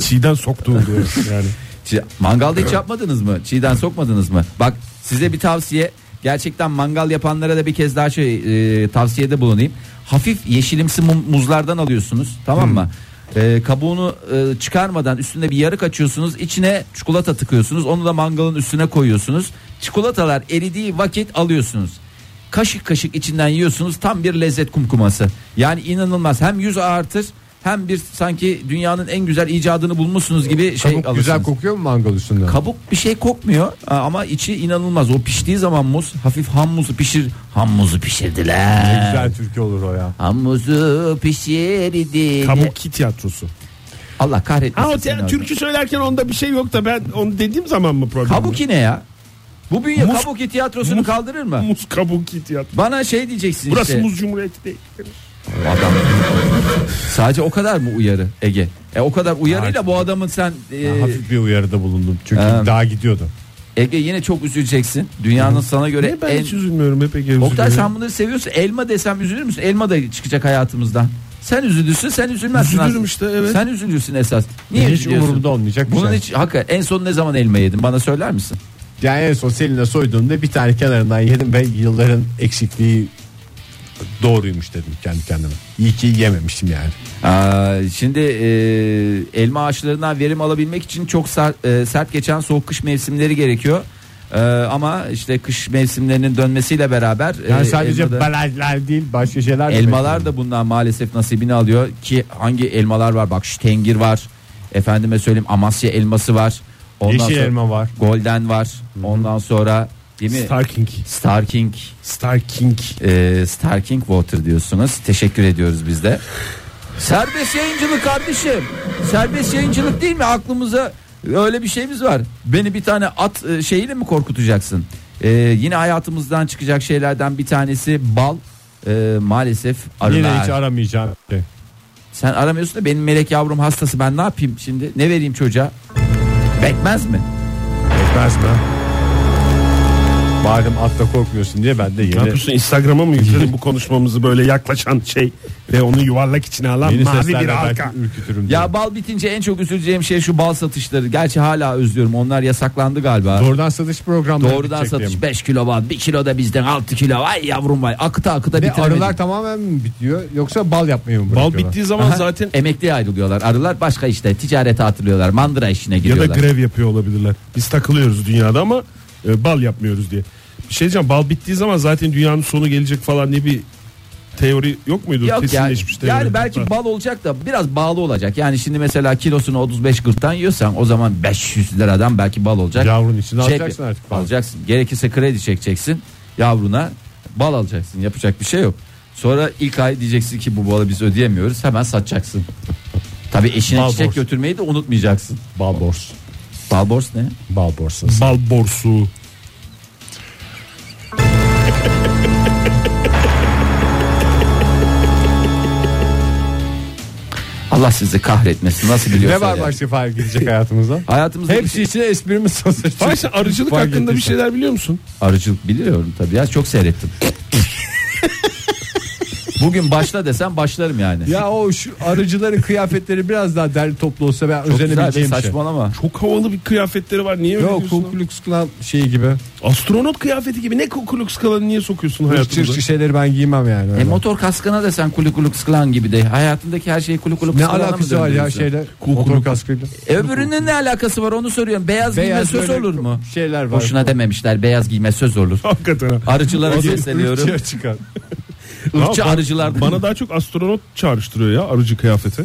S3: e,
S4: Çiğden soktuğum diyor yani.
S3: Çi- Mangalda hiç yapmadınız mı? Çiğden sokmadınız mı? Bak size bir tavsiye. Gerçekten mangal yapanlara da bir kez daha şey e, tavsiyede bulunayım. Hafif yeşilimsi mum- muzlardan alıyorsunuz, tamam mı? E, kabuğunu e, çıkarmadan üstünde bir yarık açıyorsunuz. içine çikolata tıkıyorsunuz. Onu da mangalın üstüne koyuyorsunuz. Çikolatalar eridiği vakit alıyorsunuz kaşık kaşık içinden yiyorsunuz tam bir lezzet kumkuması. Yani inanılmaz hem yüz artır hem bir sanki dünyanın en güzel icadını bulmuşsunuz gibi şey
S2: Kabuk güzel
S3: alırsınız.
S2: kokuyor mu mangal üstünde?
S3: Kabuk bir şey kokmuyor a- ama içi inanılmaz. O piştiği zaman muz hafif ham muzu pişir. Ham muzu
S2: Ne
S3: pişirdiler.
S2: güzel türkü olur o ya.
S3: Ham muzu pişirdi.
S4: Kabuki tiyatrosu.
S3: Allah kahretmesin.
S4: Ha o
S3: seni
S4: te-
S3: orada.
S4: türkü söylerken onda bir şey yok da ben onu dediğim zaman mı programda?
S3: Kabuki ne ya? Bu bünye
S4: Muz-
S3: Kabuki tiyatrosunu
S4: Muz-
S3: kaldırır mı?
S4: Muz kabuki tiyatro.
S3: Bana şey diyeceksin
S4: Burası
S3: işte.
S4: muz cumhuriyeti değil.
S3: Adam. Sadece o kadar mı uyarı Ege? E o kadar uyarıyla bu adamın sen e,
S2: Hafif bir uyarıda bulundum. Çünkü
S3: Ha.
S2: daha gidiyordu.
S3: Ege yine çok üzüleceksin. Dünyanın sana göre
S4: Ne ben
S3: en
S4: hiç üzülmüyorum hep Ege
S3: Oktay
S4: üzülüyor.
S3: sen bunları seviyorsun. Elma desem üzülür müsün? Elma da çıkacak hayatımızdan. Sen üzülürsün, sen üzülmezsin.
S4: Üzülürüm
S3: aslında.
S4: işte, evet.
S3: Sen üzülürsün esas. Niye
S2: Hiç
S3: üzülüyorsun?
S2: umurumda olmayacak bir
S3: Bunun
S2: şey.
S3: hiç hakikaten en son ne zaman elma yedin? Bana söyler misin?
S2: Yani en son Selin'e soyduğumda bir tane kenarından yedim ve yılların eksikliği doğruymuş dedim kendi kendime. İyi ki yememişim yani.
S3: Aa, şimdi e, elma ağaçlarından verim alabilmek için çok sert, e, sert geçen soğuk kış mevsimleri gerekiyor. E, ama işte kış mevsimlerinin dönmesiyle beraber
S2: Yani
S3: e,
S2: sadece
S3: elma da-
S2: balajlar değil başka şeyler de
S3: Elmalar da bundan maalesef nasibini alıyor ki hangi elmalar var bak şu tengir var efendime söyleyeyim Amasya elması var ondan
S2: Yeşil
S3: sonra
S2: elma var.
S3: Golden var ondan sonra değil mi Star,
S4: Star King.
S3: King
S4: Star King.
S3: e, Star King Water diyorsunuz teşekkür ediyoruz biz de serbest yayıncılık kardeşim serbest yayıncılık değil mi aklımıza öyle bir şeyimiz var beni bir tane at e, şeyiyle mi korkutacaksın E, yine hayatımızdan çıkacak şeylerden bir tanesi bal E, maalesef arılar.
S2: Yine hiç aramayacağım. Şey.
S3: Sen aramıyorsun da benim melek yavrum hastası ben ne yapayım şimdi? Ne vereyim çocuğa? Bekmez mi?
S2: Etmez mi? Madem atta korkmuyorsun diye ben de
S4: Ne
S2: yeni,
S4: yapıyorsun Instagram'a mı yükledin bu konuşmamızı böyle yaklaşan şey ve onu yuvarlak içine alan
S2: yeni
S4: mavi
S2: seslerle
S4: bir halka.
S2: belki ürkütürüm diye.
S3: Ya bal bitince en çok üzüleceğim şey şu bal satışları. Gerçi hala özlüyorum. Onlar yasaklandı galiba.
S2: Doğrudan satış programları
S3: Doğrudan
S2: bitecek diye
S3: satış
S2: mi?
S3: 5 kilo bal 1 kilo da bizden 6 kilo ay yavrum vay akıta akıta
S2: Ve
S3: bitiremedik.
S2: arılar tamamen mi bitiyor yoksa bal yapmayı mı
S4: Bal
S2: bırakıyorlar?
S4: bittiği zaman
S3: Aha,
S4: zaten
S3: emekliye ayrılıyorlar arılar başka işte ticarete atılıyorlar mandıra işine
S4: ya da
S3: giriyorlar.
S4: grev yapıyor olabilirler. Biz takılıyoruz dünyada ama e, bal yapmıyoruz diye. Bir şey diyeceğim bal bittiği zaman zaten dünyanın sonu gelecek falan diye bir teori yok muydu?
S3: Yok yani,
S4: Kesinleşmiş
S2: şey
S4: teori.
S3: yani belki bal olacak da biraz bağlı olacak. Yani şimdi mesela kilosunu 35 gırttan yiyorsan o zaman 500 liradan belki bal olacak. Şey
S2: Yavrun içine alacaksın artık bal.
S3: Alacaksın. Gerekirse kredi çekeceksin yavruna bal alacaksın. Yapacak bir şey yok. Sonra ilk ay diyeceksin ki bu balı biz ödeyemiyoruz. Hemen satacaksın. Tabii eşine
S2: Bal
S3: çiçek
S2: borsu.
S3: götürmeyi de unutmayacaksın.
S2: Bal borsu.
S3: Bal bors ne?
S2: Bal borsası.
S4: Bal borsu.
S3: Allah sizi kahretmesin. Nasıl biliyorsun?
S2: Ne var başka Fahir gidecek hayatımızdan?
S3: Hayatımızda şey-
S2: Hepsi için esprimiz
S4: Vay
S2: sonuçta.
S4: sen arıcılık
S2: Fark
S4: hakkında bir
S2: ettiysen.
S4: şeyler biliyor musun?
S3: Arıcılık biliyorum tabii ya çok seyrettim. Bugün başla desem başlarım yani.
S2: Ya o şu arıcıların kıyafetleri biraz daha derli toplu olsa ben
S3: çok güzel bir
S2: özenebileceğim şey.
S3: saçmalama. E,
S4: Çok havalı bir kıyafetleri var. Niye öyle
S2: Yok
S4: diyorsun?
S2: Ku Klux Klan şeyi şey gibi.
S4: Astronot kıyafeti gibi ne kukuluk skalanı niye sokuyorsun hayatımıza?
S2: Çırçır şeyleri ben giymem yani.
S3: E motor kaskına desen kulu kulu kıskılan gibi de hayatındaki her şeyi kulu kulu
S2: ne
S3: kıskalana mı
S2: alakası var ya
S3: döndürüyorsun?
S2: şeyle motor kaskıyla?
S3: E, öbürünün ne alakası var onu soruyorum. Beyaz, giyme
S2: Beyaz
S3: söz
S2: böyle
S3: olur mu?
S2: Şeyler var.
S3: Boşuna dememişler beyaz giyme söz olur.
S4: Hakikaten. ha.
S3: Arıcılara sesleniyorum.
S2: Ürkçüye çıkan.
S3: Irkçı
S4: Ya ba-
S3: arıcılardan.
S4: Bana daha çok astronot çağrıştırıyor ya arıcı kıyafeti.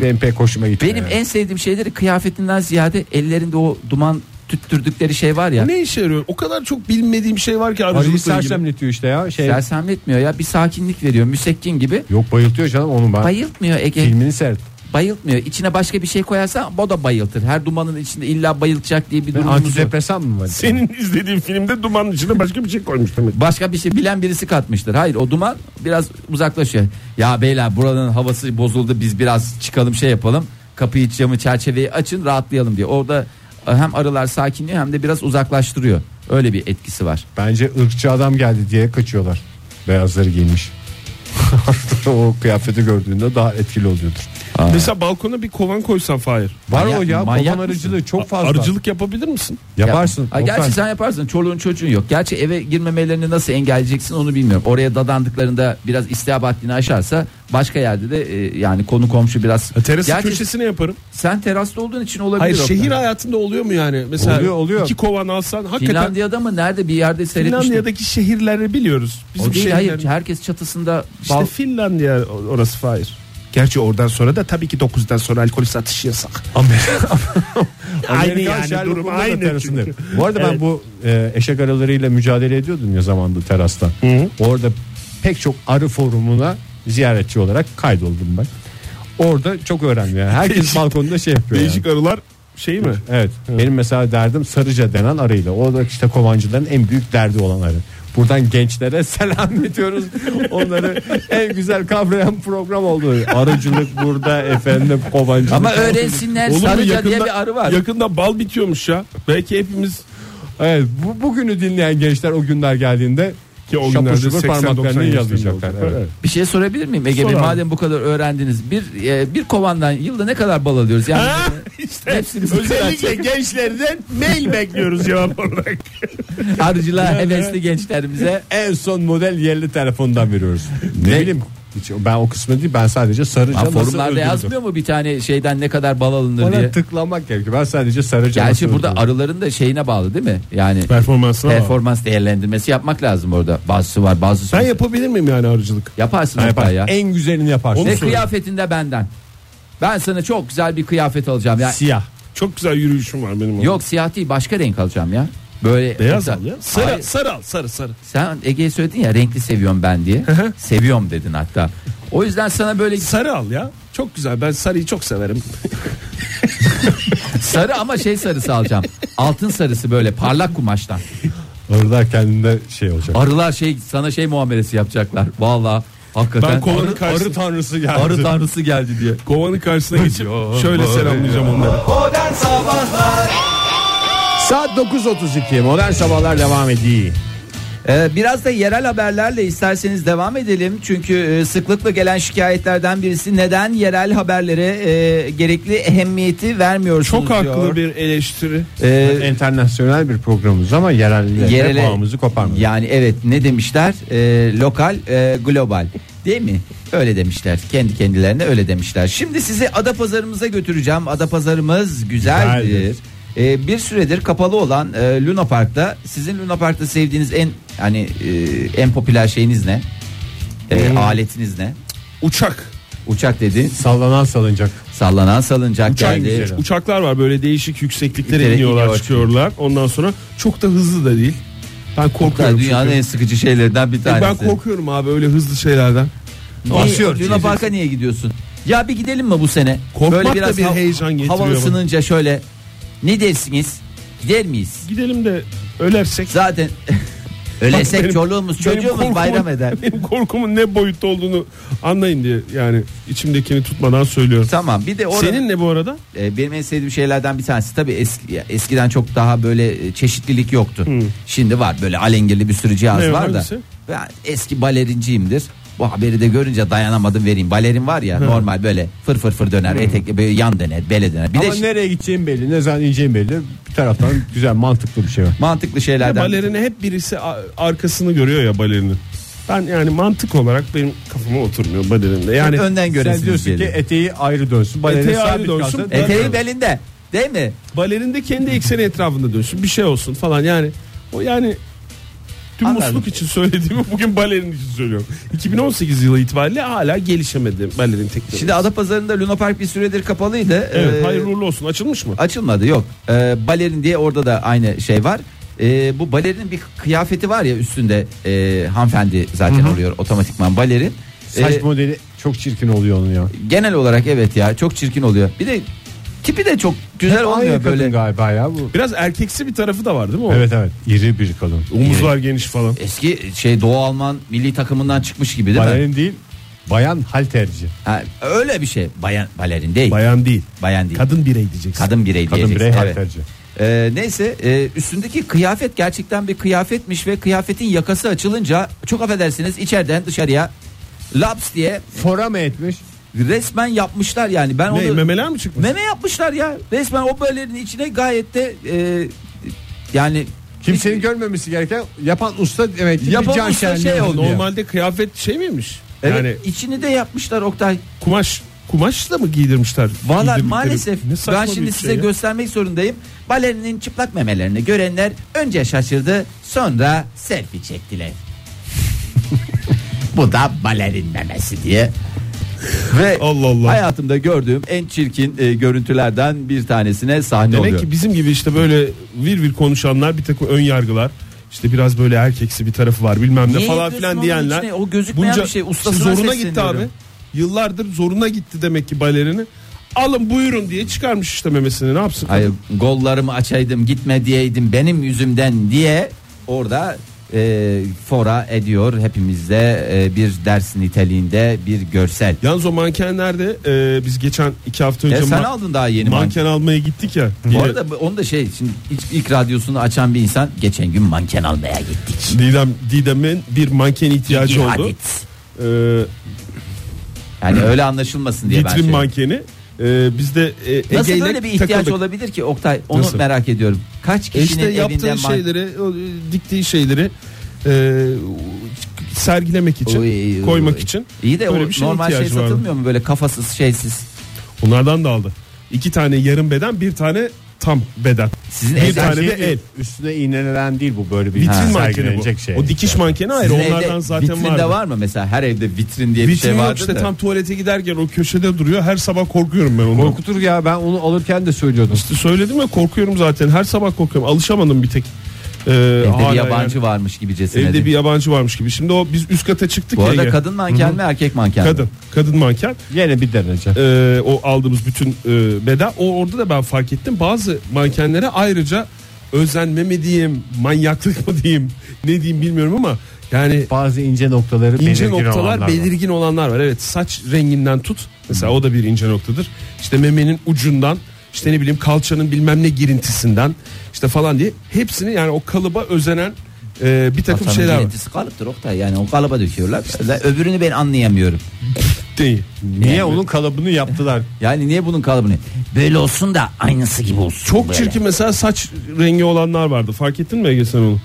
S2: Benim pek hoşuma gitmiyor.
S3: Benim
S2: yani.
S3: en sevdiğim şeyleri kıyafetinden ziyade ellerinde o duman tüttürdükleri şey var ya.
S4: Ne işe yarıyor? O kadar çok bilmediğim şey var ki
S2: Arıyı
S4: arıcılıkla ilgili.
S2: sersemletiyor işte ya. Şey,
S3: Sersemletmiyor ya bir sakinlik veriyor müsekkin gibi.
S2: Yok bayıltıyor canım onu ben.
S3: Bayıltmıyor Ege.
S2: Filmini seyret.
S3: bayıltmıyor. İçine başka bir şey koyarsan o da bayıltır. Her dumanın içinde illa bayılacak diye bir
S2: Ben
S3: durumumuz yok.
S2: antidepresan mı var?
S4: Senin izlediğin filmde dumanın içine başka bir şey koymuş demek.
S3: Başka bir şey bilen birisi katmıştır. Hayır o duman biraz uzaklaşıyor. Ya beyler buranın havası bozuldu biz biraz çıkalım şey yapalım. Kapıyı camı çerçeveyi açın rahatlayalım diye. Orada hem arılar sakinliyor hem de biraz uzaklaştırıyor. Öyle bir etkisi var.
S2: Bence ırkçı adam geldi diye kaçıyorlar. Beyazları giymiş. o kıyafeti gördüğünde daha etkili oluyordur.
S4: Mesela balkona bir kovan koysan Fahir.
S2: Var
S3: Manyak-
S2: o ya
S3: manyak
S2: babam
S3: mısın?
S2: arıcılığı çok fazla.
S4: Arıcılık yapabilir misin?
S2: Yaparsın.
S3: Ha,
S2: Oktay.
S3: gerçi sen yaparsın. Çoluğun çocuğun yok. Gerçi eve girmemelerini nasıl engelleyeceksin onu bilmiyorum. Oraya dadandıklarında biraz istihap haddini aşarsa başka yerde de e, yani konu komşu biraz.
S2: E,
S4: Teras
S3: Gerçi
S4: köşesine yaparım.
S3: sen terasta olduğun için olabilir.
S4: Hayır
S3: Oktay.
S4: şehir hayatında oluyor mu yani? Mesela
S2: Oluyor, oluyor.
S4: iki kovan alsan hakikaten
S3: Finlandiya'da mı nerede bir yerde seyretmiştim.
S4: Finlandiya'daki şehirleri biliyoruz. Bizim
S3: o
S2: şey-
S3: değil hayır
S4: şehirlerimiz-
S3: herkes çatısında
S4: İşte
S3: bal
S4: Finlandiya orası Fahir. Gerçi oradan sonra da tabii ki 9'dan sonra alkol satışı yasak. aynı
S2: Amerikan
S4: yani
S2: Sherlock
S4: durum
S2: Holmes'un da
S4: aynı.
S2: terasında.
S4: çünkü.
S2: Bu arada ben
S4: Evet.
S2: bu e, eşek arılarıyla mücadele ediyordum ya zamanda terasta. Orada pek çok arı forumuna ziyaretçi olarak kaydoldum ben. Orada çok öğrendim yani. Herkes
S4: Değişik-
S2: balkonda şey yapıyor. yani.
S4: Değişik arılar şey mi?
S2: Evet. Benim mesela derdim Sarıca denen arıyla. O da işte kovancıların en büyük derdi olan arı. Buradan gençlere selam ediyoruz. Onları en güzel kavrayan program oldu. Arıcılık burada efendim kovancılık.
S3: Ama öğrensinler
S4: Olur mu?
S3: Sarıca diye
S4: Yakında-
S3: bir arı var.
S4: Yakında bal bitiyormuş ya. Belki hepimiz
S2: Evet, bu, bugünü dinleyen gençler o günler geldiğinde
S4: Ki o
S2: şapur
S4: günlerde
S2: şupur
S4: 80-90
S2: parmaklarını
S4: yaşlarında
S2: yalayacaklar.
S4: olacak.
S2: Evet.
S3: Bir şey sorabilir miyim Ege
S4: Sor
S3: Bey?
S4: abi.
S3: Madem bu kadar öğrendiniz. Bir e, bir kovandan yılda ne kadar bal alıyoruz? Yani
S4: Ha, işte
S3: Hepsini
S4: özellikle gençlerden mail bekliyoruz cevap olarak.
S3: arıcılığa hevesli gençlerimize
S2: En son model yerli telefondan veriyoruz. ne, bileyim hiç, ben o kısmı değil ben sadece Sarıca
S3: Ha,
S2: nasıl
S3: forumlarda
S2: öldürüldü?
S3: yazmıyor mu bir tane şeyden ne kadar bal alınır
S2: Bana
S3: diye?
S2: tıklamak gerekiyor. Ben sadece Sarıca
S3: Gerçi
S2: nasıl
S3: burada
S2: öldürüldü?
S3: arıların da şeyine bağlı değil mi? Yani
S4: Performansına
S3: performans değerlendirmesi yapmak lazım orada. Bazısı var, bazısı
S4: Ben
S3: yok.
S4: yapabilir miyim yani arıcılık?
S3: yaparsın
S2: Ha,
S3: hatta
S2: yapar.
S3: ya.
S2: En güzelini yapar.
S3: Ve kıyafetinde benden. Ben sana çok güzel bir kıyafet alacağım ya.
S2: Siyah.
S4: Çok güzel yürüyüşüm var benim.
S3: Yok siyah değil, başka renk alacağım ya. Böyle
S4: Beyaz
S3: Mesela-
S4: al ya. Sarı,
S3: Hayır.
S4: sarı al sarı sarı.
S3: Sen Ege'ye söyledin ya renkli seviyorum ben diye. seviyorum dedin hatta. O yüzden sana böyle
S4: Sarı al ya. Çok güzel ben sarıyı çok severim.
S3: sarı ama şey sarısı alacağım. Altın sarısı böyle parlak kumaştan.
S2: Arılar kendinde şey olacak.
S3: Arılar şey sana şey muamelesi yapacaklar. Valla hakikaten
S4: Ben kovanın
S3: arı,
S4: karşısına,
S2: tanrısı geldi.
S3: arı tanrısı geldi diye.
S4: kovanın karşısına geçip şöyle selamlayacağım onları.
S2: Saat 9.32 modern sabahlar devam ediyor.
S3: Ee, biraz da yerel haberlerle isterseniz devam edelim. Çünkü e, sıklıkla gelen şikayetlerden birisi neden yerel haberlere e, gerekli ehemmiyeti vermiyorsunuz
S4: Çok haklı
S3: diyor.
S4: bir eleştiri.
S3: Ee,
S2: Enternasyonel bir programımız ama yerel
S3: Yerele-
S2: bağımızı koparmadık.
S3: Yani evet ne demişler? Ee, lokal, e, global. Değil mi? Öyle demişler. Kendi kendilerine öyle demişler. Şimdi sizi Adapazarı'mıza götüreceğim. Adapazarı'mız güzeldir.
S2: Güzeldir.
S3: Ee, bir süredir kapalı olan e, Luna Park'ta sizin Luna Park'ta sevdiğiniz en hani e, en popüler şeyiniz ne? E,
S4: Hmm.
S3: aletiniz ne?
S4: Uçak.
S3: Uçak dedi.
S2: Sallanan salınacak.
S3: Sallanan salıncak
S4: Uçak
S3: geldi.
S4: güzeli. Uçaklar var böyle değişik yüksekliklere
S3: Yükseklik
S4: iniyorlar
S3: iniyor,
S4: çıkıyorlar. Ondan sonra çok da hızlı da değil. Ben korkuyorum.
S3: Hatta dünyanın
S4: çünkü.
S3: en sıkıcı şeylerden bir tanesi.
S4: E, Ben korkuyorum abi öyle hızlı şeylerden.
S3: Niye-
S2: Basıyor.
S3: Luna Park'a niye gidiyorsun? Ya bir gidelim mi bu sene?
S4: Korkmak da bir heyecan getiriyor
S3: Hava
S4: bana.
S3: ısınınca şöyle ne dersiniz? Gider miyiz?
S4: Gidelim de ölersek.
S3: Zaten öylesek
S4: benim-
S3: çoluğumuz
S4: benim
S3: çocuğumuz
S4: korkumun-
S3: bayram eder.
S4: Benim korkumun ne boyutta olduğunu anlayın diye yani içimdekini tutmadan söylüyorum.
S3: Tamam bir de orada,
S4: Senin ne bu arada?
S3: e, benim en sevdiğim şeylerden bir tanesi tabii eski, ya, eskiden çok daha böyle e, çeşitlilik yoktu. Şimdi var böyle alengirli bir sürü cihaz
S4: Hmm. Ne,
S3: var
S4: hangisi?
S3: da. Ben eski balerinciyimdir. Bu haberi de görünce dayanamadım vereyim. Balerin var ya normal böyle fır fır fır döner, etekli böyle yan döner, bele döner. Bir
S2: Ama
S3: de
S2: nereye gideceğim belli, ne zaman ineceğim belli. Bir taraftan güzel mantıklı bir şey var.
S3: mantıklı şeylerden.
S4: Balerini hep birisi a- arkasını görüyor ya balerinin. Ben yani mantık olarak benim kafama oturmuyor balerinde. Yani
S3: önden
S2: Sen
S3: göresiniz
S2: diyorsun ki
S3: geliyor.
S2: eteği ayrı dönsün. balerin
S4: Eteği
S2: sabit
S4: ayrı dönsün.
S2: kalsın.
S4: Et-
S3: Eteği belinde. Değil mi?
S4: balerin de kendi ekseni etrafında dönsün. Bir şey olsun falan yani. O yani tüm
S3: Anladım.
S4: musluk için söylediğimi bugün balerin için söylüyorum. 2018 yılı itibariyle hala gelişemedi balerin tekniği.
S3: Şimdi Adapazarı'nda Luna Park bir süredir kapalıydı.
S4: evet,
S3: Ee,
S4: hayırlı uğurlu olsun. Açılmış mı?
S3: Açılmadı yok. Ee, balerin diye orada da aynı şey var. Ee, bu balerinin bir kıyafeti var ya üstünde e, hanımefendi zaten oluyor otomatikman balerin.
S2: Saç
S3: Ee,
S2: modeli çok çirkin oluyor onun ya.
S3: genel olarak evet ya çok çirkin oluyor. Bir de tipi de çok güzel
S2: Hep aynı
S3: olmuyor
S2: kadın
S3: böyle.
S2: galiba ya bu.
S4: Biraz erkeksi bir tarafı da var değil mi o?
S2: Evet evet. İri bir kadın.
S4: Omuzlar geniş falan.
S3: Eski şey Doğu Alman milli takımından çıkmış gibi değil mi?
S2: Balerin değil, bayan halterci.
S3: Ha, öyle bir şey. Bayan balerin değil.
S4: Bayan değil.
S3: bayan değil.
S4: Kadın birey diyeceksin.
S3: Kadın birey
S2: Kadın
S3: diyeceksin,
S2: birey
S3: evet.
S2: halterci.
S3: Ee, neyse e, üstündeki kıyafet gerçekten bir kıyafetmiş ve kıyafetin yakası açılınca çok affedersiniz içeriden dışarıya laps diye
S2: Fora mı etmiş?
S3: resmen yapmışlar yani. Ben
S4: Ne
S3: onu
S4: memeler mi çıkmış?
S3: meme yapmışlar ya. Resmen o böllerin içine gayet de e, yani
S2: Kimsenin görmemesi gereken yapan usta demek ki
S3: Yapan
S2: bir can
S3: usta
S2: şenliği
S3: şey oldu.
S2: oluyor.
S4: Normalde kıyafet şey miymiş?
S3: evet,
S4: Yani
S3: içini de yapmışlar Oktay.
S4: kumaş kumaşla mı giydirmişler?
S3: Vallahi
S4: Giydirdikleri-
S3: maalesef
S4: Ne saçma
S3: ben şimdi
S4: bir
S3: size
S4: şey ya.
S3: göstermek zorundayım. Balerinin çıplak memelerini görenler önce şaşırdı sonra selfie çektiler. Bu da balerin memesi diye. Ve
S4: Allah Allah.
S3: hayatımda gördüğüm en çirkin e, görüntülerden bir tanesine sahne
S4: Demek
S3: oluyor.
S4: ki bizim gibi işte böyle vir vir konuşanlar bir takım ön yargılar. İşte biraz böyle erkeksi bir tarafı var bilmem ne
S3: Niye
S4: falan
S3: yapıyorsun
S4: filan
S3: onun
S4: diyenler.
S3: içine? O gözükmeyen bir şey, ustasına
S4: zoruna gitti abi.
S3: sesleniyorum.
S4: Yıllardır zoruna gitti demek ki balerini. Alın buyurun diye çıkarmış işte memesini ne yapsın?
S3: Hayır, gollarımı açaydım gitme diyeydim benim yüzümden diye orada e, fora ediyor hepimizde e, bir ders niteliğinde bir görsel.
S4: Yalnız o mankenlerde e, biz geçen iki hafta önce
S3: E, sen
S4: ma-
S3: aldın daha yeni
S4: manken,
S3: manken.
S4: almaya gittik ya.
S3: Bu
S4: Yine
S3: arada bu- onu da şey şimdi ilk, ilk radyosunu açan bir insan geçen gün manken almaya gittik.
S4: Didem, Didem'in bir manken ihtiyacı
S3: İhad
S4: oldu.
S3: et.
S4: Ee,
S3: Yani öyle anlaşılmasın diye ben
S4: vitrin
S3: şey.
S4: mankeni. Ee, biz de e,
S3: Nasıl
S4: Ege'yle
S3: böyle bir ihtiyaç
S4: takıldık.
S3: olabilir ki Oktay? Onu
S4: Nasıl?
S3: merak ediyorum. Kaç
S4: E
S3: kişinin
S4: İşte
S3: evinden
S4: yaptığı
S3: man-
S4: şeyleri, o, e, diktiği şeyleri e, sergilemek için,
S3: Oy, oy,
S4: koymak
S3: oy.
S4: için.
S3: İyi de o
S4: Böyle bir şeye
S3: normal şey
S4: ihtiyacı vardı.
S3: satılmıyor mu böyle kafasız şeysiz?
S4: Onlardan da aldı. İki tane yarım beden, bir tane tam beden.
S3: Sizin
S4: Bir
S3: evde,
S4: tane de
S2: değil,
S4: el.
S2: Üstüne iğnelenen değil bu böyle şey bir
S4: Vitrin
S2: ha,
S4: mankeni bu.
S2: sergilenecek şey.
S4: O dikiş mankeni ayrı.
S3: sizin evde
S4: Onlardan zaten
S3: vitrinde
S4: vardı.
S3: var mı mesela her evde vitrin diye bir
S4: Vitrin
S3: şey
S4: yok
S3: vardı
S4: işte
S3: da.
S4: tam tuvalete giderken o köşede duruyor. Her sabah korkuyorum ben onu.
S2: Korkutur ya ben onu alırken de söylüyordum.
S4: İşte söyledim ya korkuyorum zaten. Her sabah korkuyorum. Alışamadım bir tek. Ee,
S3: Evde
S4: hala
S3: bir
S4: yani.
S3: yabancı varmış gibicesine.
S4: Evde
S3: değil
S4: bir
S3: mi?
S4: yabancı varmış gibi. Şimdi o biz üst kata çıktık
S3: Bu
S4: ya.
S3: arada
S4: ya.
S3: kadın manken mi erkek manken mi?
S4: kadın. Kadın manken.
S2: Yine bir derece.
S4: Ee, o aldığımız bütün e, beda. O orada da ben fark ettim. Bazı mankenlere ayrıca özenme mi diyeyim, manyaklık mı diyeyim, ne diyeyim bilmiyorum ama yani
S2: Bazı ince noktaları
S4: ince
S2: belirgin olanlar
S4: noktalar
S2: var.
S4: belirgin olanlar var. Evet saç renginden tut. Mesela o da bir ince noktadır. İşte memenin ucundan işte ne bileyim kalçanın bilmem ne girintisinden işte falan diye hepsini yani o kalıba özenen e, bir takım
S3: Vatanın
S4: şeyler var.
S3: girintisi kalıptır Oktay yani o kalıba döküyorlar. Ben Öbürünü ben anlayamıyorum.
S4: Değil.
S2: Niye onun kalıbını yaptılar?
S3: Yani niye bunun kalıbını? Böyle olsun da aynısı gibi olsun.
S4: Çok
S3: böyle.
S4: çirkin mesela saç rengi olanlar vardı. Fark ettin mi Ege sen onu?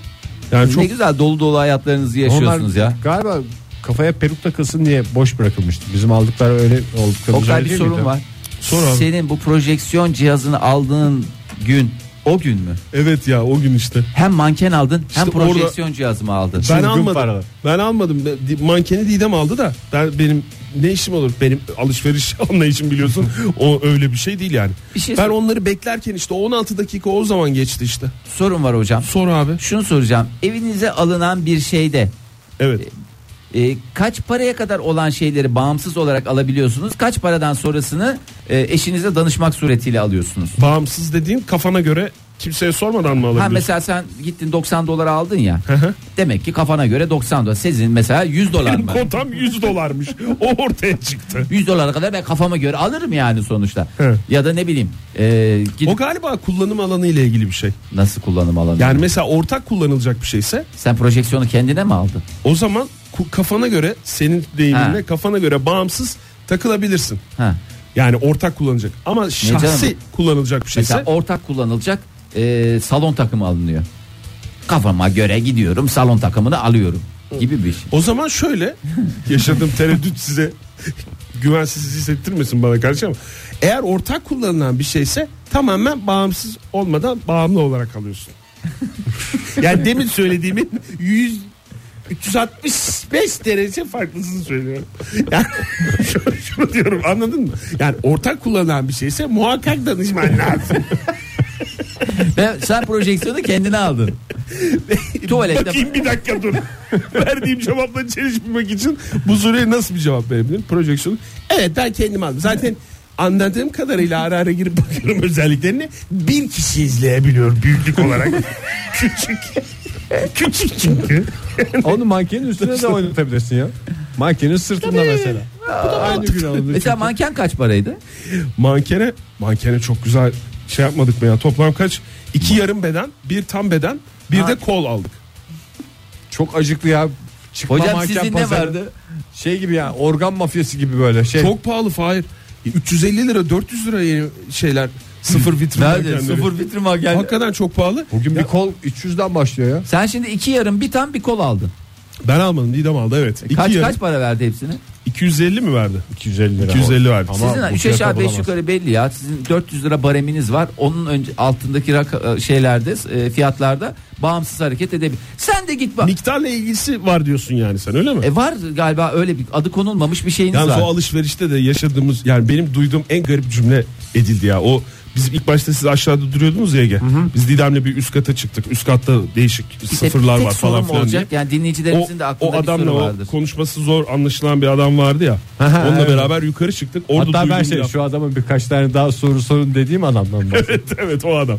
S4: Yani
S3: Siz
S4: çok
S3: Ne güzel dolu dolu hayatlarınızı yaşıyorsunuz ya.
S2: Galiba kafaya peruk takılsın diye boş bırakılmıştı. Bizim aldıkları öyle oldukları
S3: Oktay
S2: öyle
S3: bir
S2: değil
S3: sorun
S2: miydi?
S3: var.
S4: Sor abi.
S3: Senin bu projeksiyon cihazını aldığın gün o gün mü?
S4: evet ya o gün işte.
S3: Hem manken aldın hem
S4: İşte orada-
S3: projeksiyon cihazı mı aldın?
S4: Ben
S2: Çılgın
S4: almadım.
S2: paralar.
S4: Ben almadım. Ben- di- Mankeni Didem aldı da. Ben benim ne işim olur? Benim alışveriş anlayışım biliyorsun. o öyle bir şey değil yani.
S3: Bir şey
S4: ben
S3: sor-
S4: onları beklerken işte 16 dakika o zaman geçti işte.
S3: Sorun var hocam.
S4: Sor abi.
S3: Şunu soracağım. Evinize alınan bir şeyde
S4: Evet.
S3: e, kaç paraya kadar olan şeyleri bağımsız olarak alabiliyorsunuz? Kaç paradan sonrasını e, eşinize danışmak suretiyle alıyorsunuz?
S4: Bağımsız dediğin kafana göre kimseye sormadan mı
S3: Ha
S4: alabiliyorsun?
S3: mesela sen gittin 90 dolara aldın ya.
S4: hı.
S3: demek ki kafana göre 90 dolar. Sizin mesela 100 dolar
S4: Benim
S3: mı?
S4: kotam 100 dolarmış. O ortaya çıktı.
S3: 100 dolara kadar ben kafama göre alırım yani sonuçta.
S4: He.
S3: Ya da ne bileyim e, gidip
S4: O galiba kullanım alanı ile ilgili bir şey.
S3: nasıl kullanım alanı?
S4: Yani mesela ortak kullanılacak bir şeyse
S3: Sen projeksiyonu kendine mi aldın?
S4: o zaman ku- kafana göre senin deyiminle
S3: Ha.
S4: kafana göre bağımsız takılabilirsin.
S3: Ha.
S4: Yani ortak kullanılacak ama şahsi
S3: canım?
S4: kullanılacak bir şeyse
S3: Mesela ortak kullanılacak e, salon takımı alınıyor. Kafama göre gidiyorum salon takımını alıyorum gibi bir şey.
S4: o zaman şöyle yaşadığım tereddüt size güvensiz hissettirmesin bana karşı ama eğer ortak kullanılan bir şeyse tamamen bağımsız olmadan bağımlı olarak alıyorsun. yani demin söylediğimin 100 365 derece farklısını söylüyorum. Yani şunu, şunu diyorum anladın mı? Yani ortak kullanılan bir şeyse muhakkak danışman lazım.
S3: Ve sen projeksiyonu kendine aldın. Tuvalette
S4: Bakayım bir dakika dur. Verdiğim cevapla çelişmemek için bu soruya nasıl bir cevap verebilirim? Projeksiyon. Evet ben kendim aldım. Zaten anladığım kadarıyla ara ara girip bakıyorum özelliklerini. Bin kişi izleyebiliyor büyüklük olarak. Küçük. Küçük çünkü.
S2: Onu mankenin üstüne de oynatabilirsin ya. Mankenin sırtında mesela. Aynı gün alınır.
S3: mesela manken kaç paraydı?
S4: Mankene, mankene çok güzel şey yapmadık mı ya? Toplam kaç? İki yarım beden, bir tam beden, bir de kol aldık.
S2: Çok acıklı ya. Çıkma
S3: Hocam
S2: manken
S3: sizin ne
S2: pazarı.
S3: vardı?
S2: Şey gibi ya organ mafyası gibi böyle şey.
S4: Çok pahalı Fahir. E, 350 lira 400 lira yeni şeyler sıfır vitrin
S3: Nerede?
S4: mankenleri.
S3: Sıfır vitrin manken.
S4: Hakikaten çok pahalı.
S2: Bugün bir kol 300'den başlıyor ya.
S3: Sen şimdi iki yarım bir tam bir kol aldın.
S4: Ben almadım Didem aldı evet. İki
S3: E, Kaç
S4: yarım.
S3: kaç para verdi hepsini?
S4: 250 mi verdi?
S2: 250 lira.
S4: 250 verdi.
S2: Ama
S3: Sizin
S2: bu
S3: 3
S2: fiyata
S3: aşağı 5
S2: bulamazsın.
S3: yukarı belli ya. Sizin 400 lira bareminiz var. Onun önce altındaki rak- şeylerde e, fiyatlarda bağımsız hareket edebilir. Sen de git bak.
S4: Miktarla ilgisi var diyorsun yani sen öyle mi?
S3: E var galiba öyle bir adı konulmamış bir şeyiniz
S4: Yalnız o
S3: var.
S4: alışverişte de yaşadığımız yani benim duyduğum en garip cümle edildi ya. O Biz ilk başta siz aşağıda duruyordunuz ya Ege. Biz Didem'le bir üst kata çıktık. Üst katta değişik sıfırlar
S3: tek
S4: var falan
S3: sorum
S4: filan diye.
S3: olacak. Yani dinleyicilerimizin de aklında
S4: o
S3: bir soru
S4: adamla o
S3: vardır.
S4: konuşması zor anlaşılan bir adam vardı ya.
S2: Aha,
S4: onunla
S2: evet.
S4: beraber yukarı çıktık. Orada
S2: Hatta ben
S4: duyduğum
S2: şey
S4: laf-
S2: şu adamın birkaç tane daha soru sorun dediğim adamdan bahsediyorum.
S4: evet, evet o adam.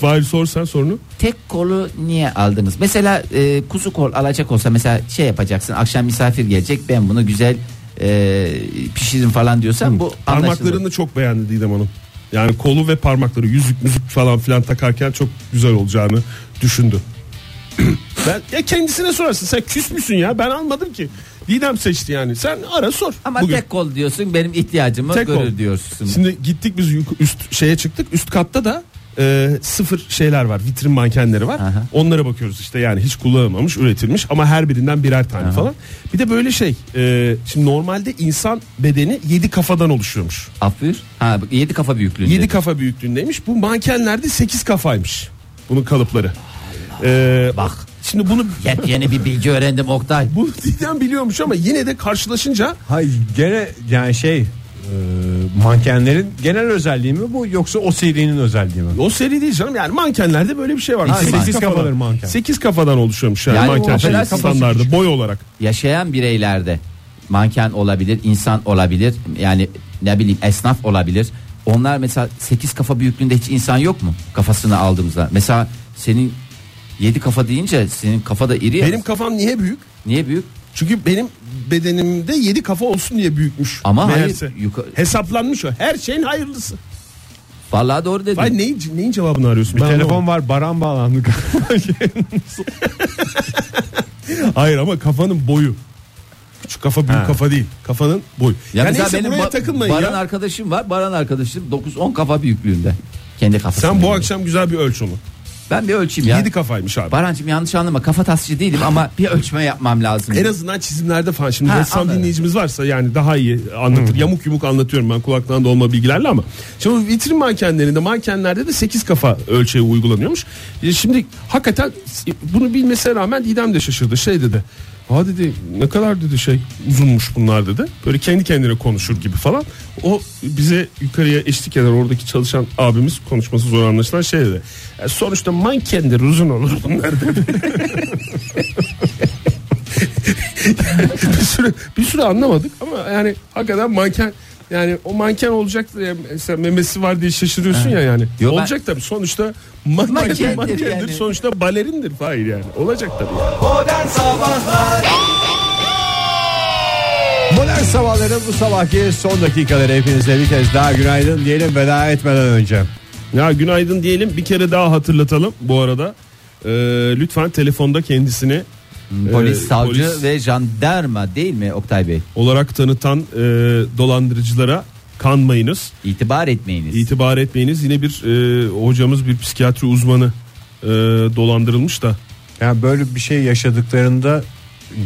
S4: Fahir sor sen sorunu.
S3: Tek kolu niye aldınız? Mesela e, kuzu kol alacak olsa mesela şey yapacaksın. Akşam misafir gelecek. Ben bunu güzel e, pişirin falan diyorsan bu anlaşılır.
S4: Parmaklarını çok beğendi Didem Hanım. Yani kolu ve parmakları yüzük müzük falan filan takarken çok güzel olacağını düşündü. ben ya kendisine sorarsın sen küs müsün ya ben almadım ki. Didem seçti yani sen ara sor.
S3: Ama
S4: bugün.
S3: tek kol diyorsun benim ihtiyacımı
S4: Tek
S3: görür
S4: kol.
S3: diyorsun.
S4: Şimdi gittik biz yuk- üst şeye çıktık üst katta da e, sıfır şeyler var vitrin mankenleri var.
S3: Aha.
S4: Onlara bakıyoruz işte yani hiç kullanılmamış üretilmiş ama her birinden birer tane falan. Bir de böyle şey e, şimdi normalde insan bedeni yedi kafadan oluşuyormuş.
S3: Afür. Ha bak, yedi kafa büyüklüğünde.
S4: 7 kafa büyüklüğündeymiş. Bu mankenlerde 8 kafaymış. Bunun kalıpları. Ee,
S3: Bak.
S4: Şimdi bunu
S3: Yep, yeni bir bilgi öğrendim Oktay.
S4: bu Didem biliyormuş ama yine de karşılaşınca
S2: Hayır gene yani şey e, mankenlerin genel özelliği mi bu yoksa o serinin özelliği mi?
S4: o seri değil canım yani mankenlerde böyle bir şey var.
S2: Ha, sekiz kafalı manken.
S4: 8 kafadan oluşuyormuş yani,
S3: Yani
S4: manken
S3: o
S4: şey,
S3: affedersin,
S4: standardı boy olarak.
S3: yaşayan bireylerde manken olabilir, insan olabilir, yani ne bileyim esnaf olabilir. Onlar mesela 8 kafa büyüklüğünde hiç insan yok mu? Kafasını aldığımızda. Mesela senin 7 kafa deyince senin kafa da iri ya.
S4: Benim kafam niye büyük?
S3: Niye büyük?
S4: Çünkü benim bedenimde 7 kafa olsun diye büyükmüş.
S3: Ama
S4: Meğerse.
S3: hayır. Yuka...
S4: Hesaplanmış o. Her şeyin hayırlısı.
S3: Vallahi doğru dedin.
S4: Vay neyin, neyin cevabını arıyorsun?
S2: Bir
S4: Ben
S2: telefon
S4: anlamadım.
S2: var Baran bağlandı.
S4: Hayır ama kafanın boyu. Küçük kafa büyük kafa değil. Kafanın boyu.
S3: Ya
S4: yani
S3: mesela
S4: neyse
S3: benim
S4: buraya
S3: ba-
S4: takılmayın
S3: Baran
S4: ya.
S3: arkadaşım var. Baran arkadaşım 9-10 kafa büyüklüğünde. Kendi kafasında.
S4: Sen bu akşam güzel bir ölç onu.
S3: Ben bir ölçeyim ya.
S4: Yedi kafaymış abi.
S3: Barancığım yanlış anlama kafa tasçı değilim ama bir ölçme yapmam lazım.
S4: en azından çizimlerde falan şimdi
S3: Ha,
S4: ressam
S3: anladım.
S4: dinleyicimiz varsa yani daha iyi anlatır. Yamuk yumuk anlatıyorum ben kulaktan dolma bilgilerle ama. Şimdi bu vitrin mankenlerinde mankenlerde de 8 kafa ölçeği uygulanıyormuş. E Şimdi hakikaten bunu bilmesine rağmen Didem de şaşırdı. Şey dedi. Ha dedi ne kadar dedi şey uzunmuş bunlar dedi. Böyle kendi kendine konuşur gibi falan. O bize yukarıya eşlik eden oradaki çalışan abimiz konuşması zor anlaşılan şey dedi. "E, sonuçta mankenler uzun olur bunlar dedi. bir süre bir süre anlamadık ama yani hakikaten manken yani o manken olacak diye mesela memesi var diye şaşırıyorsun ya yani.
S3: Yo, ben-
S4: olacak tabii sonuçta manken,
S3: Mankendir
S4: mankendir,
S3: yani.
S4: sonuçta balerindir Hayır yani. Olacak tabii. yani.
S2: Modern sabahların bu sabahki son dakikaları hepinize bir kez daha günaydın diyelim veda etmeden önce.
S4: Ya günaydın diyelim bir kere daha hatırlatalım bu arada. Ee, lütfen telefonda kendisini
S3: Hmm, Polis,
S4: e,
S3: savcı
S4: polis
S3: ve jandarma değil mi Oktay Bey?
S4: olarak tanıtan e, dolandırıcılara kanmayınız.
S3: İtibar etmeyiniz.
S4: İtibar etmeyiniz. Yine bir e, hocamız bir psikiyatri uzmanı e, dolandırılmış da
S2: Yani böyle bir şey yaşadıklarında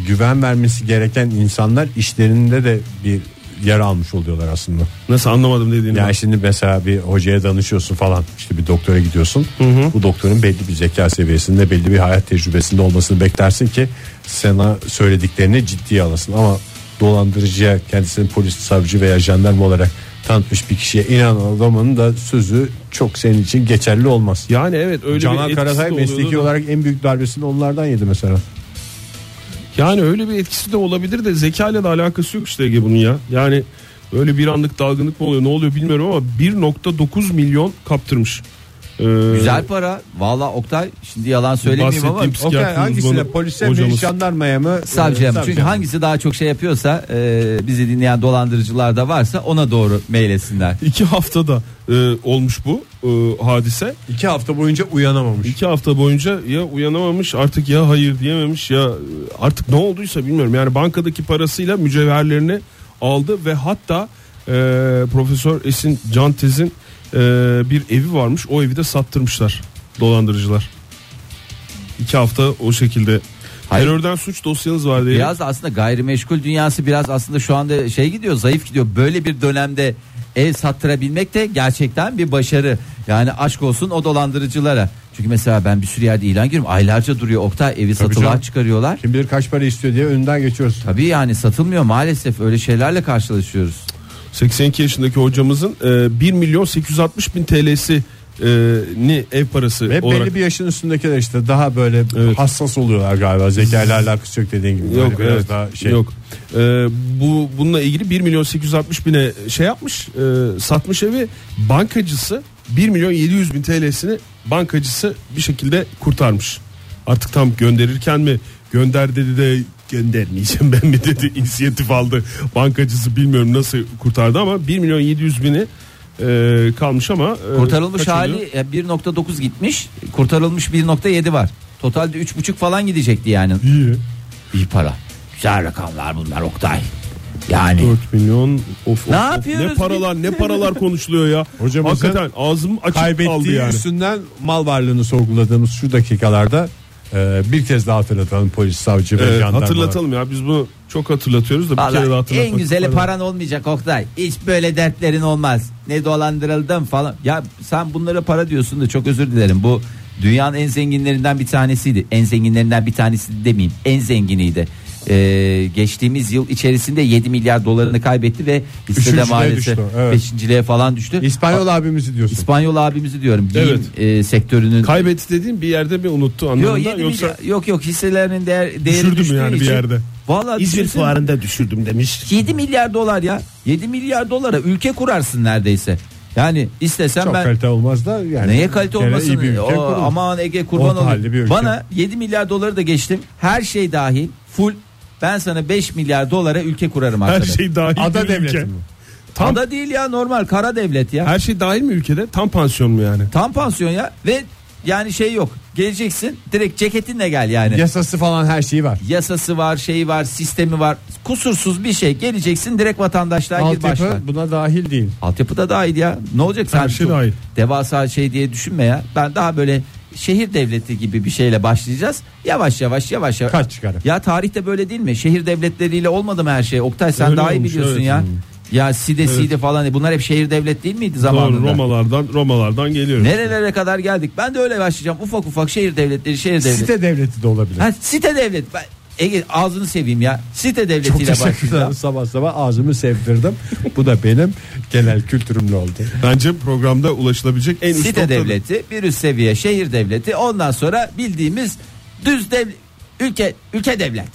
S2: güven vermesi gereken insanlar işlerinde de bir yer almış oluyorlar aslında.
S4: Nasıl anlamadım dediğini.
S2: Yani şimdi mesela bir hocaya danışıyorsun falan işte bir doktora gidiyorsun. Bu doktorun belli bir zeka seviyesinde belli bir hayat tecrübesinde olmasını beklersin ki sana söylediklerini ciddiye alasın. Ama dolandırıcıya kendisini polis savcı veya jandarma olarak tanıtmış bir kişiye inanan adamın da sözü çok senin için geçerli olmaz.
S4: Yani evet öyle bir
S2: Canan
S4: etkisi
S2: Karatay
S4: de
S2: mesleki
S4: oluyordu da-
S2: olarak en büyük darbesini onlardan yedi mesela.
S4: Yani öyle bir etkisi de olabilir de zeka ile de alakası yok işte Ege bunun ya. Yani öyle bir anlık dalgınlık mı oluyor ne oluyor bilmiyorum ama 1.9 milyon kaptırmış. Ee,
S3: Güzel para. Valla Oktay şimdi yalan söylemeyeyim ama
S4: Bahsettiğim
S2: Okey
S4: Psikiyatri
S2: hangisine
S4: uzmanı
S2: polise mi
S4: hocamız.
S2: jandarmaya mı?
S3: savcıya
S2: Ee,
S3: mı? Çünkü hangisi daha çok şey yapıyorsa e, bizi dinleyen dolandırıcılar da varsa ona doğru meylesinler.
S4: iki haftada e, olmuş bu e, hadise.
S2: İki hafta boyunca uyanamamış.
S4: İki hafta boyunca ya uyanamamış artık ya hayır diyememiş ya e, artık ne olduysa bilmiyorum. Yani bankadaki parasıyla mücevherlerini aldı ve hatta e, Profesör Esin Cantez'in e, bir evi varmış. O evi de sattırmışlar dolandırıcılar. İki hafta o şekilde.
S3: Hayır.
S4: Terörden suç dosyanız var diye.
S3: Biraz da aslında gayrimeşgul dünyası biraz aslında şu anda şey gidiyor zayıf gidiyor. Böyle bir dönemde ev sattırabilmek de gerçekten bir başarı. Yani aşk olsun o dolandırıcılara. Çünkü mesela ben bir sürü yerde ilan görüyorum. Aylarca duruyor Oktay evi satılığa
S2: canım.
S3: çıkarıyorlar.
S2: Kim bilir kaç para istiyor diye önünden geçiyoruz.
S3: Tabii yani satılmıyor maalesef öyle şeylerle karşılaşıyoruz.
S4: 82 yaşındaki hocamızın e, 1 milyon 860 bin TL'si e, ni ev parası
S2: Ve
S4: olarak
S2: belli bir yaşın üstündekiler işte daha böyle
S4: Evet.
S2: hassas oluyorlar galiba. Zekayla alakası yok dediğin gibi.
S4: Yok
S2: Böyle Hani biraz
S4: evet.
S2: daha şey.
S4: Yok. Ee, bu bununla ilgili 1 milyon 860 bine şey yapmış, e, satmış evi. Bankacısı 1 milyon 700 bin TL'sini bankacısı bir şekilde kurtarmış. Artık tam gönderirken mi gönder dedi de göndermeyeceğim ben mi dedi inisiyatif aldı. Bankacısı bilmiyorum nasıl kurtardı ama 1 milyon 700 bini e, kalmış ama e,
S3: Kurtarılmış
S4: kaç
S3: hali
S4: oluyor?
S3: e, 1.9 gitmiş. Kurtarılmış 1.7 var. Totalde 3.5 falan gidecekti yani.
S4: İyi.
S3: İyi para. Güzel rakamlar bunlar Oktay. Yani
S4: 4 milyon of, of,
S3: Ne
S4: of.
S3: yapıyoruz
S4: Ne paralar ne paralar konuşuluyor ya.
S2: Hocamızın
S4: Hakikaten ağzım açık kaldı
S2: Kaybettiği
S4: yani.
S2: üstünden mal varlığını sorguladığımız şu dakikalarda e, bir kez daha hatırlatalım polis, savcı ve
S4: Evet,
S2: jandarma.
S4: hatırlatalım ya biz bunu çok hatırlatıyoruz da bir
S3: Vallahi
S4: kere de hatırlatmak.
S3: en güzeli
S4: fayda var.
S3: paran olmayacak Oktay. Hiç böyle dertlerin olmaz. Ne dolandırıldım falan. Ya sen bunlara para diyorsun da çok özür dilerim. Bu dünyanın en zenginlerinden bir tanesiydi. En zenginlerinden bir tanesi demeyeyim. En zenginiydi. Ee, geçtiğimiz yıl içerisinde 7 milyar dolarını kaybetti ve listede
S2: Üçüncülüğe
S3: maalesef
S2: düştü, evet.
S3: beşinciliğe falan düştü.
S2: İspanyol abimizi diyorsun.
S3: İspanyol abimizi diyorum. Giyim
S4: Evet.
S3: e, sektörünün
S4: Kaybetti dediğin bir yerde bir unuttu
S3: Yok,
S4: anlamında
S3: yedi
S4: yoksa
S3: milyar- yok yok hisselerinin değer, değeri
S4: düşürdü
S3: düştüğü
S4: mü yani bir
S3: için-
S4: yerde?
S3: Vallahi düşünsene.
S4: düşürdüm demiş.
S3: 7 milyar dolar ya. 7 milyar dolara ülke kurarsın neredeyse. Yani istesem
S2: Çok
S3: ben
S2: kalite olmaz da yani.
S3: neye
S2: bir
S3: kalite
S2: kere iyi bir
S3: olmasın?
S2: ülke
S3: O,
S2: kurulur.
S3: aman Ege
S2: Orta
S3: kurban
S2: halli bir
S3: olayım.
S2: ülke.
S3: Bana 7 milyar doları da geçtim. Her şey dahil full ben sana 5 milyar dolara ülke kurarım
S4: Her
S3: arkada.
S4: şey dahil
S2: Ada
S4: bir ülke.
S2: devleti mi?
S4: Tam,
S3: Ada değil ya normal kara devlet ya.
S4: her şey dahil mi ülkede? Tam pansiyon mu yani?
S3: Tam pansiyon ya ve yani şey yok. Geleceksin direkt ceketinle gel yani.
S2: Yasası falan her şeyi var.
S3: Yasası var, şeyi var, sistemi var. Kusursuz bir şey. Geleceksin direkt vatandaşlığa gir başla.
S2: Altyapı buna dahil değil.
S3: Altyapı da dahil ya. Ne olacak sen?
S4: Her şey
S3: çok
S4: dahil.
S3: Devasa şey diye düşünme ya. Ben daha böyle şehir devleti gibi bir şeyle başlayacağız. Yavaş yavaş yavaş yavaş.
S2: Kaç çıkarım.
S3: Ya tarihte böyle değil mi? Şehir devletleriyle olmadı mı her şey? Oktay sen
S4: Öyle
S3: daha iyi
S4: olmuş,
S3: biliyorsun
S4: evet.
S3: ya. Ya Side Side falan bunlar hep şehir devlet değil miydi zamanında?
S4: Doğru, Romalardan Romalardan geliyoruz.
S3: Nerelere kadar geldik? Ben de öyle başlayacağım. Ufak ufak şehir devletleri, şehir devleti.
S2: Site devleti de olabilir.
S3: Ha, site devlet. Ben, Ege, ağzını seveyim ya. Site devletiyle başlayacağım.
S2: Sabah sabah ağzımı sevdirdim. Bu da benim genel kültürümle oldu.
S4: Bence programda ulaşılabilecek en üst
S3: site
S4: noktada.
S3: devleti, bir üst seviye şehir devleti, ondan sonra bildiğimiz düz dev ülke ülke devlet.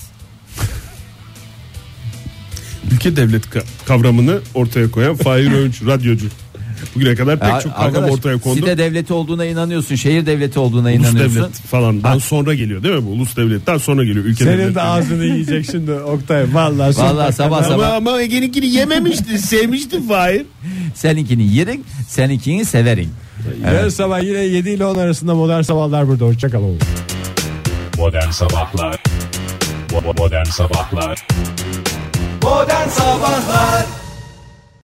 S4: Ülke devlet ka- kavramını ortaya koyan Fahir Öğünç radyocu. Bugüne kadar pek
S3: Ya
S4: çok kavram
S3: arkadaş,
S4: ortaya kondu.
S3: Site devleti olduğuna inanıyorsun, şehir devleti olduğuna
S4: Ulus
S3: inanıyorsun.
S4: devlet falandan sonra geliyor değil mi bu? Ulus devletten sonra geliyor ülke
S2: Senin de
S4: devletleri.
S2: ağzını yiyecek şimdi Oktay. Vallahi son
S3: Vallahi sabah
S2: dakikada-
S3: sabah
S4: ama Ege'ninkini yememişti, sevmişti Fahir.
S3: seninkini yerin, seninkini severin.
S2: Yarın sabah yine 7 ile 10 arasında modern sabahlar burada. Hoşçakalın.
S7: Modern Sabahlar Bo- bo- Modern Sabahlar
S3: Modern sabahlar.